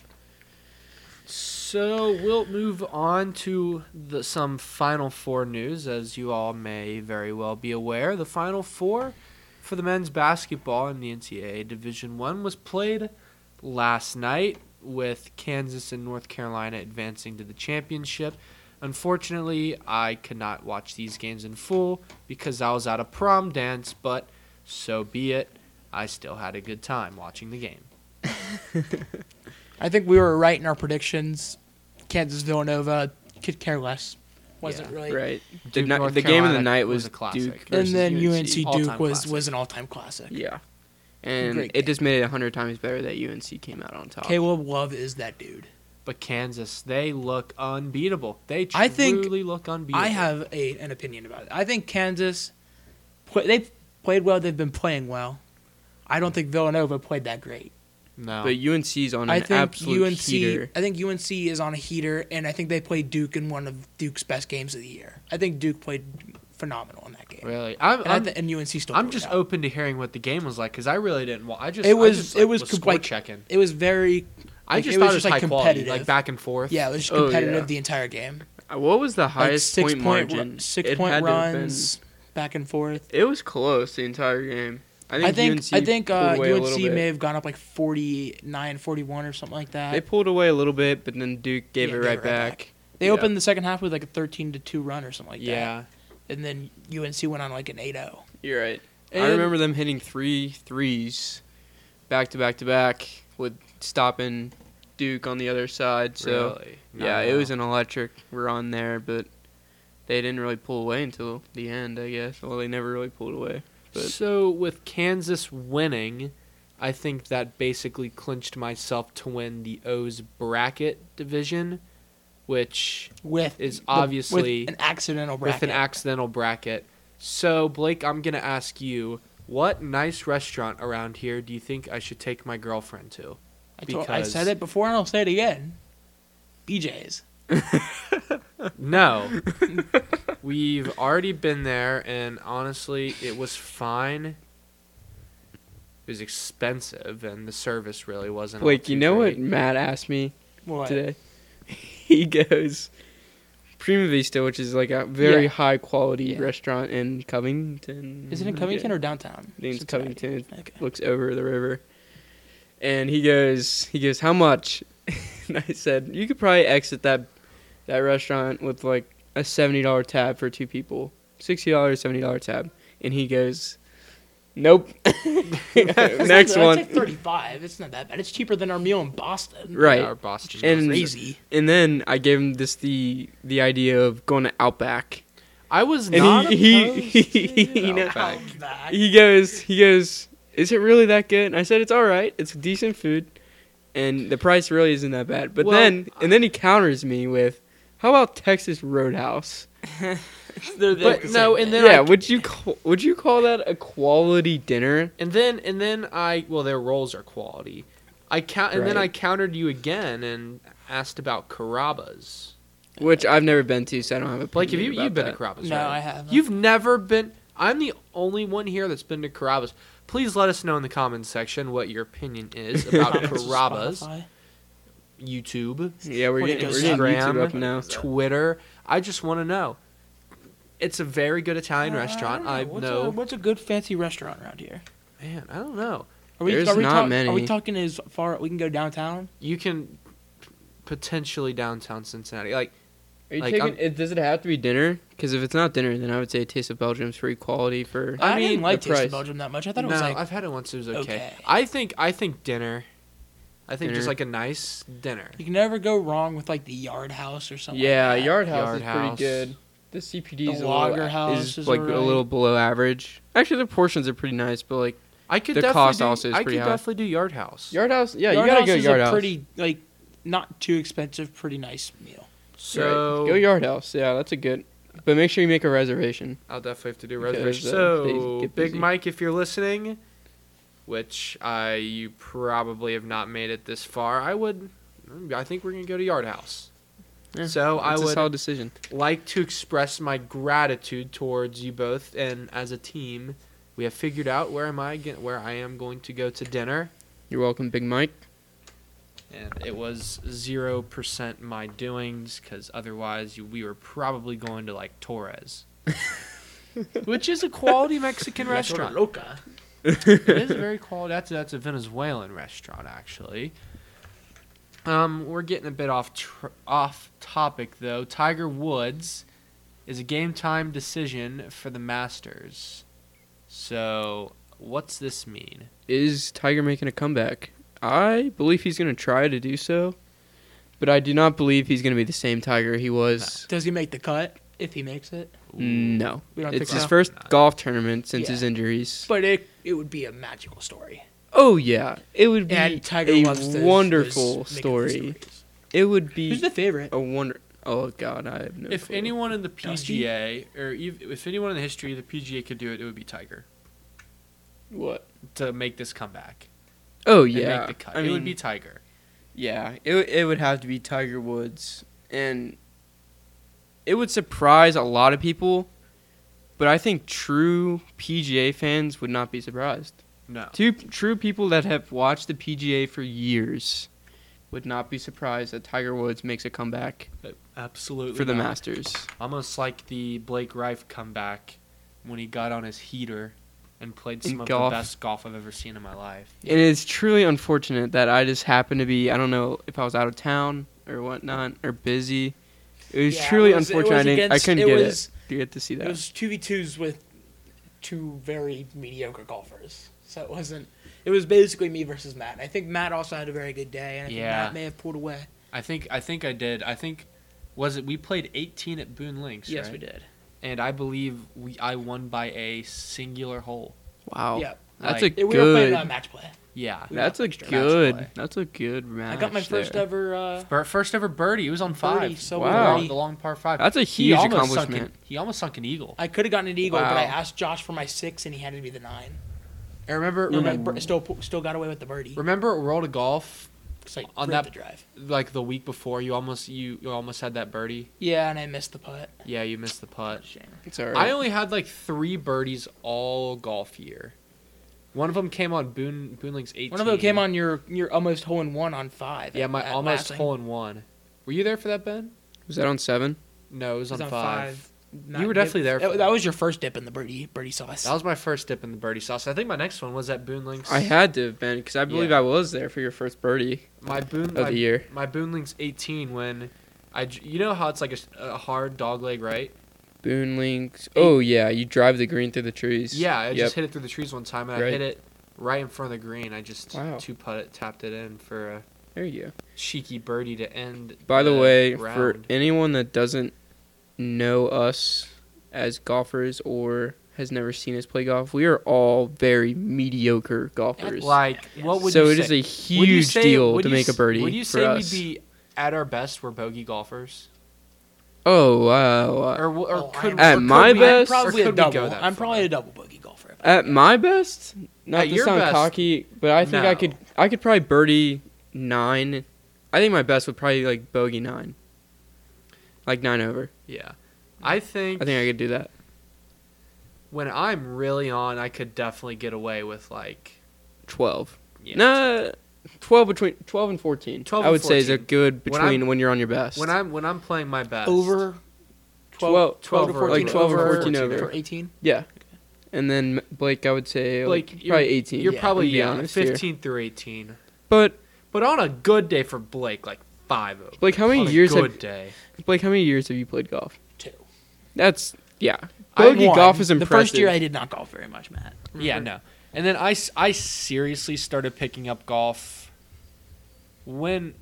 S1: So we'll move on to the, some Final Four news. As you all may very well be aware, the Final Four for the men's basketball in the NCAA Division One was played last night, with Kansas and North Carolina advancing to the championship. Unfortunately, I could not watch these games in full because I was at a prom dance, but so be it. I still had a good time watching the game.
S3: I think we were right in our predictions. Kansas Villanova could care less. Wasn't
S1: Yeah,
S3: really.
S2: Right. The,
S1: Duke,
S2: ni-
S1: North
S2: the game of the
S1: Carolina
S2: night
S1: was
S2: was,
S1: a classic.
S2: Duke
S3: And
S2: versus
S3: then UNC,
S2: UNC.
S3: Duke
S1: All-time
S3: was,
S1: classic.
S3: was an all time classic.
S2: Yeah. And
S3: Great
S2: it just made it a hundred times better that UNC came out on top.
S3: Caleb Love is that dude.
S1: But Kansas, they look unbeatable. They truly
S3: I think
S1: look unbeatable.
S3: I have a, an opinion about it. I think Kansas, play, they've played well. They've been playing well. I don't think Villanova played that great.
S1: no.
S2: But UNC's on
S3: I
S2: an
S3: think
S2: absolute
S3: UNC.
S2: heater.
S3: I think UNC is on a heater, and I think they played Duke in one of Duke's best games of the year. I think Duke played phenomenal in that game,
S1: really, I'm
S3: and, I
S1: I'm,
S3: th- and UNC still.
S1: I'm
S3: pulled it
S1: just
S3: out.
S1: open to hearing what the game was like because I really didn't. Wa- I just
S3: It
S1: I
S3: was-
S1: just,
S3: it
S1: like,
S3: was com-
S1: score
S3: like-
S1: checking.
S3: It was very.
S1: I
S3: like,
S1: just
S3: it
S1: thought
S3: was
S1: it was
S3: just, like,
S1: high quality,
S3: competitive.
S1: like back and forth.
S3: Yeah, it was just
S2: Oh,
S3: competitive
S2: yeah.
S3: the entire game.
S2: Uh, What was the
S3: Like
S2: highest
S3: six
S2: point
S3: point
S2: margin?
S3: ru- six
S2: It
S3: point
S2: had to have been-
S3: runs, back and forth.
S2: It was close the entire game. I think
S3: I think
S2: UNC
S3: I think
S2: pulled
S3: uh,
S2: away a
S3: UNC
S2: little bit.
S3: may have gone up like 49, 41 or something like that.
S2: They
S3: They,
S2: pulled away a little bit, but then Duke gave
S3: Yeah,
S2: it
S3: gave
S2: right,
S3: it right
S2: back.
S3: back.
S2: yeah.
S3: opened the second half with like a thirteen to two run or something like that.
S1: yeah.
S3: and then UNC went on like an 8-0.
S2: You're right. I
S3: And-
S2: remember them hitting three threes, back to back to back, with stopping Duke on the other side. So
S1: really.
S2: yeah,
S1: No,
S2: it
S1: no.
S2: was an electric run there, but they didn't really pull away until the end, I guess. Well, they never really pulled away. but-
S1: So with Kansas winning, I think that basically clinched myself to win the O's bracket division, which
S3: with
S1: Is
S3: with-
S1: obviously-
S3: with an accidental bracket.
S1: with an accidental bracket. So, Blake, I'm going to ask you what nice restaurant around here do you think I should take my girlfriend to?
S3: I, told, I
S1: because-
S3: said it before and I'll say it again. BJ's.
S1: No. We've already been there, and honestly, it was fine. It was expensive, and the service really wasn't. all
S2: Like you
S1: too
S2: know
S1: great.
S2: what Matt asked me
S3: What?
S2: today? He goes Prima Vista, which is like a very
S3: Yeah.
S2: high quality
S3: Yeah.
S2: restaurant in Covington.
S3: Is it in Covington or downtown?
S2: Mm-hmm. I think it's
S3: Cincinnati.
S2: Covington.
S3: Okay.
S2: looks over the river and he goes he goes how much and i said you could probably exit that that restaurant with like a $70 tab for two people $60 $70 tab and he goes Nope. Next one.
S3: It's thirty-five. It's not that bad. It's cheaper than our meal in Boston.
S2: Right.
S1: Our Boston.
S2: And-
S3: Crazy.
S2: And then I gave him this the the idea of going to Outback.
S1: I was
S2: And
S1: not.
S2: he-
S1: opposed
S2: he-
S1: to
S2: he- he-
S1: Outback.
S3: Outback.
S2: He goes, he goes, is it really that good? And I said, it's all right. It's decent food, and the price really isn't that bad. But
S1: Well,
S2: then, and then he counters me with, how about Texas Roadhouse?
S3: They're the
S1: But
S3: same
S1: no, and
S3: thing.
S1: then
S2: yeah,
S1: I-
S2: would you call, would you call that a quality dinner?
S1: And then and then I well their rolls are quality. I count and then
S2: Right.
S1: I countered you again and asked about Carrabba's.
S2: Which I've never been to, so I don't have a.
S1: Like have you
S2: opinion
S1: you've
S2: about
S1: been to
S2: that.
S1: Carrabba's?
S3: No,
S1: right?
S3: I haven't.
S1: You've never been. I'm the only one here that's been to Carrabba's. Please let us know in the comments section what your opinion is about
S3: Comments to
S1: Carrabba's.
S3: Spotify.
S1: YouTube,
S2: Yeah, we're
S3: When it
S2: getting,
S3: goes
S2: we're getting
S1: Instagram,
S2: YouTube up now.
S1: Twitter. I just want to know. It's a very good Italian restaurant. I know.
S3: what's A, what's a good fancy restaurant around here?
S1: Man, I don't know.
S3: Are we,
S2: There's
S3: are we
S2: not
S3: talk- Are
S2: many.
S3: we talking as far? We can go downtown.
S1: You can p- potentially downtown Cincinnati. Like
S2: Are you
S1: Like,
S2: taking,
S1: I'm-
S2: it, does it have to be dinner? Because if it's not dinner, then I would say Taste of Belgium's free quality for.
S1: I
S3: I,
S1: mean,
S3: didn't like
S2: the
S3: Taste
S2: price.
S3: of Belgium that much. I thought it was
S1: no,
S3: like
S1: I've had it once. It was okay.
S3: okay.
S1: I think I think dinner. I think just
S2: Dinner.
S1: like a nice dinner.
S3: you can never go wrong with like the Yard House or something.
S2: yeah,
S3: like that.
S2: Yard House
S1: Yard
S2: is
S1: House.
S2: pretty good. The CPD
S3: The
S2: is a
S3: Lager
S2: little,
S3: House
S2: is,
S3: is
S2: like a
S3: alright.
S2: little below average. Actually, the portions are pretty nice, but like
S1: I could
S2: The
S1: definitely
S2: cost
S1: do,
S2: also is
S1: I
S2: pretty
S1: could
S2: high.
S1: definitely do Yard House.
S2: Yard House, yeah,
S3: Yard
S2: you gotta
S3: House
S2: go
S3: is
S2: Yard
S3: a
S2: House.
S3: Pretty like not too expensive, pretty nice meal.
S1: so
S2: Right. go Yard House, yeah, that's a good. But make sure you make a reservation.
S1: I'll definitely have to do
S2: Because,
S1: reservation.
S2: uh,
S1: so
S2: they get
S1: Big
S2: busy.
S1: Mike, if you're listening, which I you probably have not made it this far, I would. I think we're gonna go to Yard House.
S2: Yeah,
S1: so I
S2: It's a
S1: would
S2: solid decision.
S1: like to express my gratitude towards you both, and as a team, we have figured out where am I get, where I am going to go to dinner.
S2: You're welcome, Big Mike.
S1: and it was zero percent my doings because otherwise you, we were probably going to like Torres, which is a quality Mexican restaurant.
S3: Loca.
S1: It is a very quality. That's that's a Venezuelan restaurant actually. Um, we're getting a bit off tr- off topic though. Tiger Woods is a game time decision for the Masters. So what's this mean?
S2: Is Tiger making a comeback? I believe he's gonna try to do so, but I do not believe he's gonna be the same Tiger he was.
S3: Does he make the cut? If he makes it,
S2: No,
S3: we don't think
S2: it's his
S3: so.
S2: first
S1: Not.
S2: golf tournament since
S3: Yeah.
S2: his injuries.
S3: but it it would be a magical story.
S2: Oh yeah, it would be
S3: And Tiger
S2: a
S3: loves those-
S2: wonderful
S3: those making
S2: story.
S3: stories.
S2: It would be
S3: Who's the favorite?
S2: a wonder. Oh God, I have no.
S1: If
S2: clue.
S1: anyone in the
S3: Dusty?
S1: PGA or ev- if anyone in the history of the PGA could do it, it would be Tiger
S2: what?
S1: to make this comeback.
S2: Oh
S1: and
S2: yeah,
S1: make the cut.
S2: I
S1: it would
S2: mean,
S1: be Tiger.
S2: yeah, it w- it would have to be Tiger Woods, and it would surprise a lot of people, but I think true PGA fans would not be surprised.
S1: No,
S2: Two true people that have watched the PGA for years would not be surprised that Tiger Woods makes a comeback
S1: absolutely
S2: for the
S1: not.
S2: Masters.
S1: Almost like the Blake Rife comeback when he got on his heater and played
S2: In
S1: some of
S2: golf.
S1: the best golf I've ever seen in my life.
S2: And it's truly unfortunate that I just happened to be, I don't know if I was out of town or whatnot, or busy. It was
S3: Yeah,
S2: truly
S3: it was- it
S2: unfortunate. I,
S3: was
S2: didn't, I
S3: against-
S2: couldn't
S3: it
S2: get
S3: was-
S2: it. to get to see that.
S3: It was two v twos with two very mediocre golfers, so it wasn't. It was basically me versus Matt. I think Matt also had a very good day, and I think
S1: Yeah.
S3: Matt may have pulled away.
S1: I think I think I did. I think was it we played 18 at Boone Links,
S3: Yes,
S1: right?
S3: we did.
S1: And I believe we I won by a singular hole.
S2: wow.
S1: Oh,
S3: Yeah,
S2: That's
S1: Like-
S2: a
S3: Yeah, we were playing uh,
S2: good.
S3: match play.
S1: Yeah.
S3: we
S2: That's a
S3: matched
S2: good.
S1: play.
S2: That's a good
S1: Ah,
S2: match.
S3: I got my first
S2: there.
S3: ever. Uh,
S1: Bur- First ever birdie. It was on five.
S3: Birdie, so
S2: Wow.
S1: The long par five.
S2: That's a
S1: He
S2: huge
S1: almost sunk
S2: accomplishment.
S1: an- he almost sunk an eagle.
S3: I could have gotten an eagle, but I
S2: Wow.
S3: asked Josh for my six, and he had to be the nine.
S1: I remember
S3: And I
S1: remember,
S3: bur- still pu- still got away with the birdie.
S1: remember at World of Golf
S3: It's like
S1: on
S3: on
S1: that-
S3: the drive.
S1: like the week before you almost you, you almost had that birdie.
S3: Yeah, and I missed the putt.
S1: Yeah, you missed the putt.
S3: Shame.
S2: It's all right.
S1: I only had like three birdies all golf year. One of them came on Boone Boonling's 18.
S3: One of them came on your your almost hole in one on five.
S1: Yeah,
S3: at-
S1: my
S3: at
S1: almost
S3: Lassing.
S1: hole in one. Were you there for that, Ben?
S2: was that on seven?
S1: No, it was,
S3: It was
S1: on,
S3: on
S1: five.
S3: Not
S1: You were
S3: dip-
S1: definitely there for
S3: That,
S1: that.
S3: that was your first dip in the birdie birdie sauce.
S1: That was my first dip in the birdie sauce. I think my next one was at Boonling's.
S2: I had to have been because I believe
S1: Yeah.
S2: I was there for your first birdie
S1: my Boon
S2: of
S1: my,
S2: the year.
S1: my Boonling's 18 when I j- you know how it's like a, s- a hard dog leg right.
S2: Boonlings. Oh yeah, you drive the green through the trees.
S1: Yeah, I
S2: yep.
S1: just hit it through the trees one time, and
S2: Right.
S1: I hit it right in front of the green. I just
S2: Wow.
S1: two putt it, tapped it in for a
S2: there you go.
S1: cheeky birdie to end.
S2: By the way, for
S1: round.
S2: anyone that doesn't know us as golfers or has never seen us play golf, we are all very mediocre golfers.
S1: like what would
S2: so
S1: you
S2: it
S1: say?
S2: is a
S1: Would you
S2: huge
S1: say-
S2: deal
S1: would
S2: to
S1: you
S2: make a
S1: s-
S2: birdie
S1: Would you
S2: for
S1: say
S2: us.
S1: we'd be at our best? We're bogey golfers,
S2: oh wow! wow.
S1: or w- or
S3: Oh, I
S1: could
S3: am-
S1: or
S2: At
S1: could
S2: my
S1: we-
S2: best-
S1: or
S3: Probably
S1: could
S3: a
S1: we
S3: double.
S1: go that
S3: I'm
S1: far?
S3: probably a double bogey golfer.
S2: At my best, not
S1: At
S2: to
S1: your
S2: sound
S1: best,
S2: cocky, but I think I
S1: no.
S2: could I could probably birdie nine. I think my best would probably be like bogey nine, like nine over.
S1: yeah. I think
S2: I think I could do that.
S1: when I'm really on, I could definitely get away with like
S2: Twelve.
S1: yeah.
S2: Nah, twelve between twelve and fourteen.
S1: 12
S2: I
S1: and
S2: would say is a
S1: 14.
S2: good
S1: When
S2: between when,
S1: I'm-
S2: you're on your best.
S1: When I'm when I'm playing my best
S3: Over
S2: 12
S3: 12, 12 or 14
S1: over,
S2: like 12 or
S3: over,
S2: 14 over.
S3: for 18.
S2: yeah, and then Blake, I would say
S1: Like,
S2: like probably
S1: you're-
S2: eighteen.
S1: you're
S2: yeah,
S1: probably
S2: to be
S1: yeah,
S2: honest here.
S1: 15 through 18.
S2: But
S1: But on a good day for Blake, like five over.
S2: Blake, how many
S1: on
S2: years
S1: a good
S2: have
S1: day?
S2: Blake? How many years have you played golf?
S3: Two.
S2: That's yeah.
S1: I
S2: Bogey
S3: One.
S2: golf is
S3: The first
S2: impressive.
S3: year I did not golf very much, Matt.
S2: Mm-hmm.
S1: Yeah, no. And then I, s- I seriously started picking up golf when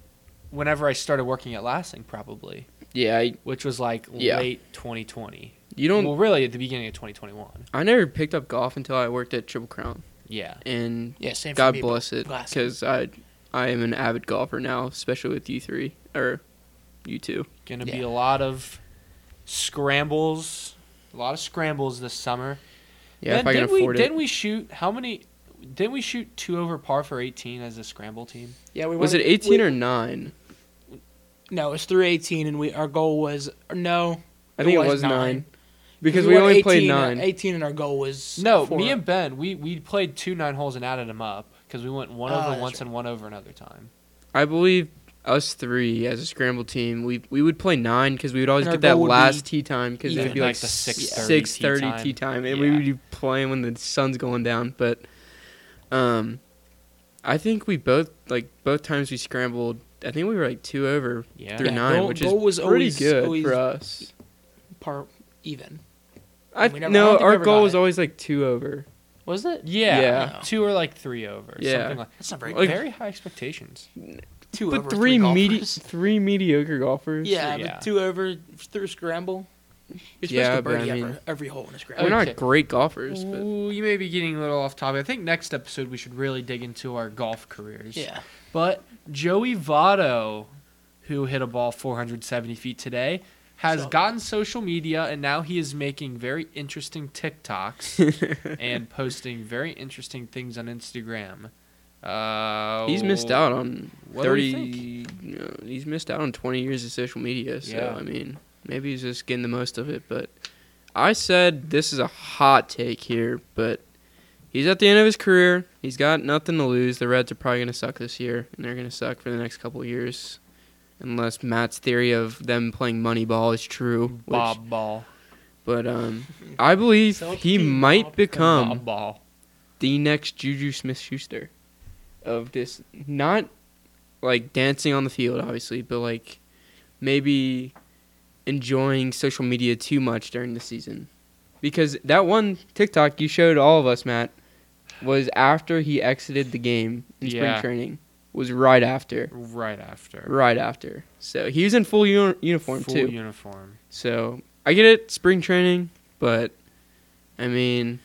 S1: whenever I started working at Lassing probably,
S2: yeah, I,
S1: which was like
S2: Yeah.
S1: late 2020.
S2: you don't.
S1: well, really at the beginning of 2021.
S2: I never picked up golf until I worked at Triple Crown,
S1: Yeah.
S2: and
S3: Yeah, same for
S2: God
S3: me, but
S2: bless it,
S3: glass.
S2: because I I am an avid golfer now, especially with you three or you two.
S1: Going to be a
S3: Yeah.
S1: lot of scrambles, a lot of scrambles this summer.
S2: Yeah,
S1: Then
S2: if I can
S1: didn't we,
S2: afford it.
S1: Didn't we shoot how many? Didn't we shoot two over par for 18 as a scramble team?
S3: Yeah, we
S2: was it
S3: weren't-
S2: 18
S3: we-
S2: or 9?
S3: No, it was through 18, and we our goal was no.
S2: I think it was, 9. Because we,
S3: won
S2: only
S3: 18
S2: played 9.
S3: 18, and our goal was
S1: No,
S3: four.
S1: me and Ben, we we played two nine holes and added them up because we went one
S3: Oh,
S1: over
S3: that's
S1: once
S3: right.
S1: and one over another time.
S2: I believe us three as a scramble team, we we would play 9 because we would always
S3: And our
S2: get that
S3: goal would
S2: last
S3: be
S2: tee time because it
S3: even.
S2: would be
S1: Like
S2: like,
S1: the 6:30
S2: 6
S1: tee
S2: 30
S1: time.
S2: tee time. And we
S1: Yeah.
S2: would be playing when the sun's going down. But um, I think we both, like, both times we scrambled, I think we were like 2 over
S1: Yeah,
S2: through
S3: Yeah,
S2: 9,
S3: goal-
S2: which
S3: goal
S2: is
S3: was
S2: pretty
S3: always-
S2: good
S3: always-
S2: for us.
S3: par even.
S2: I,
S3: we never- I don't
S2: no,
S3: think we
S2: our
S3: ever
S2: goal
S3: got
S2: was
S3: it.
S2: always like 2 over.
S3: Was it?
S1: yeah,
S2: Yeah.
S1: two or like three over.
S2: Yeah.
S1: something like
S3: That's not very
S1: very,
S2: Like-
S3: good.
S1: high expectations.
S3: Two
S2: But
S3: over
S2: three, medi-
S3: golfers.
S2: three mediocre golfers.
S3: Yeah,
S1: Yeah.
S3: but two over through scramble. You're supposed
S2: Yeah,
S3: to
S2: but I
S3: birdie
S2: mean-
S3: every, every hole in a
S2: We're
S3: scramble.
S1: Okay.
S2: not great golfers, but
S1: Ooh, you may be getting a little off topic. I think next episode we should really dig into our golf careers.
S3: Yeah.
S1: But Joey Votto, who hit a ball 470 feet today, has
S3: Saw that.
S1: gotten social media and now he is making very interesting TikToks and posting very interesting things on Instagram. Uh,
S2: he's missed out on
S1: What do we
S2: thirty. no, he's missed out on twenty years of social media. So
S1: Yeah.
S2: I mean, maybe he's just getting the most of it. But I said this is a hot take here, but he's at the end of his career. He's got nothing to lose. The Reds are probably gonna suck this year, and they're gonna suck for the next couple of years, unless Matt's theory of them playing Moneyball is true. which-
S1: Bob Ball.
S2: but um, I believe
S3: So
S2: he
S3: cute,
S2: might
S3: Bob.
S2: become.
S1: Bob Ball.
S2: the next Juju Smith Schuster of this not like dancing on the field, obviously, but like maybe enjoying social media too much during the season. Because that one TikTok you showed all of us, Matt, was after he exited the game in
S1: Yeah.
S2: spring training. Was right after.
S1: Right after.
S2: Right after. So he was in full uni- uniform
S1: Full
S2: too.
S1: uniform.
S2: So I get it, spring training, but I mean,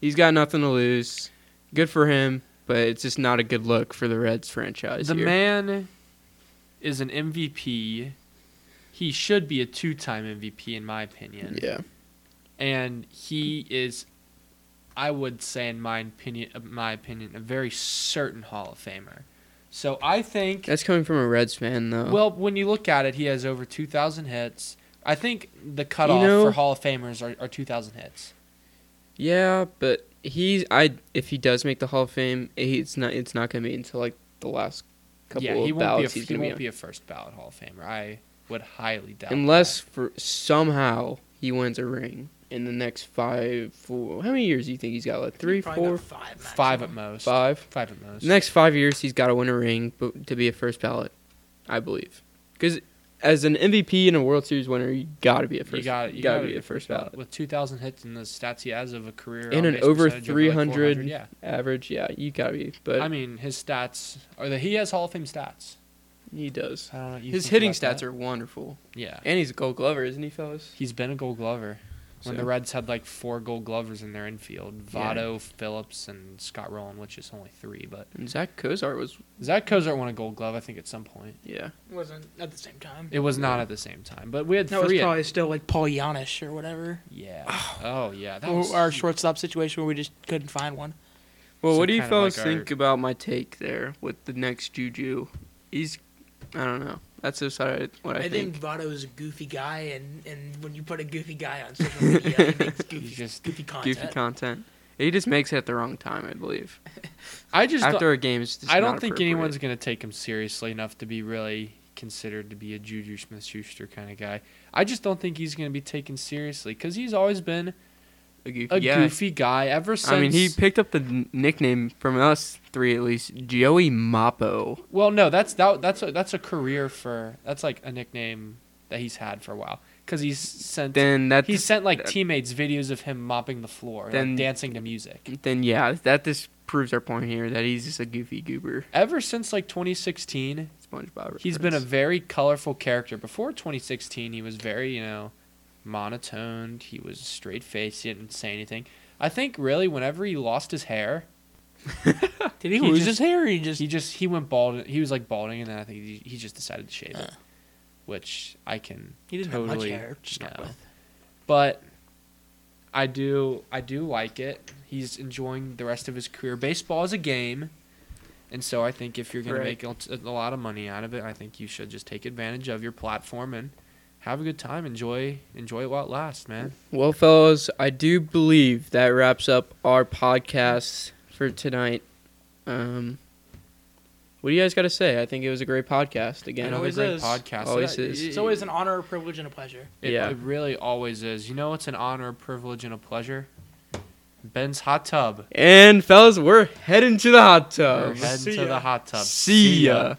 S2: he's got nothing to lose. Good for him, but it's just not a good look for the Reds franchise.
S1: The
S2: here.
S1: man is an MVP. He should be a two-time MVP, in my opinion.
S2: yeah,
S1: and he is, I would say, in my opinion, uh, my opinion, a very certain Hall of Famer. So I think,
S2: that's coming from a Reds fan though.
S1: well, when you look at it, he has over two thousand hits. I think the cutoff
S2: know-
S1: for Hall of Famers are, are two thousand hits.
S2: yeah, but he's I if he does make the Hall of Fame, he- it's not it's not gonna be until like the last couple
S1: yeah, he
S2: of
S1: won't be a,
S2: ballots he's
S1: he
S2: gonna be,
S1: won't
S2: on.
S1: be a first ballot Hall of Famer. I would highly doubt.
S2: unless for somehow he wins a ring in the next five four. How many years do you think he's got? Like three,
S3: Probably
S2: four,
S3: about five,
S1: that. five at
S3: maximum.
S1: most.
S2: five.
S1: Five at most.
S2: The next five years, he's got to win a ring but to be a first ballot, I believe. Because as an MVP and a World Series winner, you gotta be a first.
S1: you got you
S2: gotta,
S1: gotta
S2: be a first ballot.
S1: With 2,000 hits and the stats he has of a career
S2: And an
S1: on-base
S2: over
S1: percentage like 400,
S2: 300
S1: yeah.
S2: average. Yeah, you gotta be. But
S1: I mean, his stats are that he has Hall of Fame stats.
S2: he does.
S1: I don't know what you
S2: His
S1: think
S2: hitting
S1: about
S2: stats
S1: that.
S2: are wonderful,
S1: yeah.
S2: and he's a Gold Glover, isn't he, fellas?
S1: He's been a Gold Glover. When the
S2: So-
S1: Reds had like four Gold Glovers in their infield,
S2: Yeah.
S1: Votto, Phillips, and Scott Rowland, which is only three. But
S2: And Zach Kozart was
S1: Zach Cozart won a Gold Glove, I think, at some point.
S2: yeah.
S3: wasn't at the same time.
S1: It was not at the same time, but we had
S3: That was
S1: three. at-
S3: probably still like Paul Giannis or whatever.
S1: yeah. Oh yeah. That
S3: Or
S1: was
S3: our
S1: huge.
S3: shortstop situation where we just couldn't find one.
S2: Well,
S1: So
S2: what do you
S1: kind of like
S2: fellas
S1: our-
S2: think about my take there with the next Juju? He's, I don't know. That's just what I, what I,
S3: I,
S2: think.
S3: think Votto is a goofy guy, and, and when you put a goofy guy on social media, he makes goofy,
S1: He's just
S3: goofy content.
S2: Goofy content. He just makes it at the wrong time, I believe.
S1: I just. don't-
S2: After a game, it's just
S1: I don't
S2: not
S1: think
S2: appropriate.
S1: anyone's going to take him seriously enough to be really considered to be a Juju Smith Schuster kind of guy. I just don't think he's going to be taken seriously because he's always been
S2: a goofy.
S1: a
S2: yeah.
S1: goofy guy ever since.
S2: I mean, he picked up the n- nickname from us three at least, Joey Moppo.
S1: Well, no, that's that, that's a, that's a career for that's like a nickname that he's had for a while because he's sent
S2: Then that
S1: he sent like
S2: that-
S1: teammates videos of him mopping the floor,
S2: Then-
S1: like dancing to music.
S2: then yeah, that just proves our point here that he's just a goofy goober.
S1: Ever since like 2016,
S2: SpongeBob.
S1: He's been a
S2: reference.
S1: very colorful character. Before 2016, he was very, you know, monotoned. He was straight faced. He didn't say anything. I think really, whenever he lost his hair,
S3: Did he,
S1: He
S3: lose
S1: just-
S3: his hair? Or he just
S1: he just he went bald. He was like balding, and then I think he, he just decided to shave it, which I can.
S3: he didn't have much
S1: totally-
S3: hair to start
S1: no.
S3: with.
S1: But I do I do like it. He's enjoying the rest of his career. Baseball is a game. And so I think if you're going
S2: Right.
S1: to make a, a lot of money out of it, I think you should just take advantage of your platform and have a good time. Enjoy enjoy it while it lasts, man.
S2: Well, fellas, I do believe that wraps up our podcast for tonight. Um, what do you guys got to say? I think it was a great podcast again.
S1: Another
S3: always
S1: great
S3: is.
S1: podcast.
S2: Always
S1: It-
S2: is.
S1: It,
S3: It's always an honor, a privilege, and a pleasure.
S1: it-
S2: Yeah.
S1: it really always is. You know, it's an honor, a privilege, and a pleasure. Ben's hot tub.
S2: And fellas, we're heading to the hot
S1: We're
S2: tub.
S1: heading
S3: see
S1: to
S3: ya.
S1: the hot tub.
S2: Oh. See ya.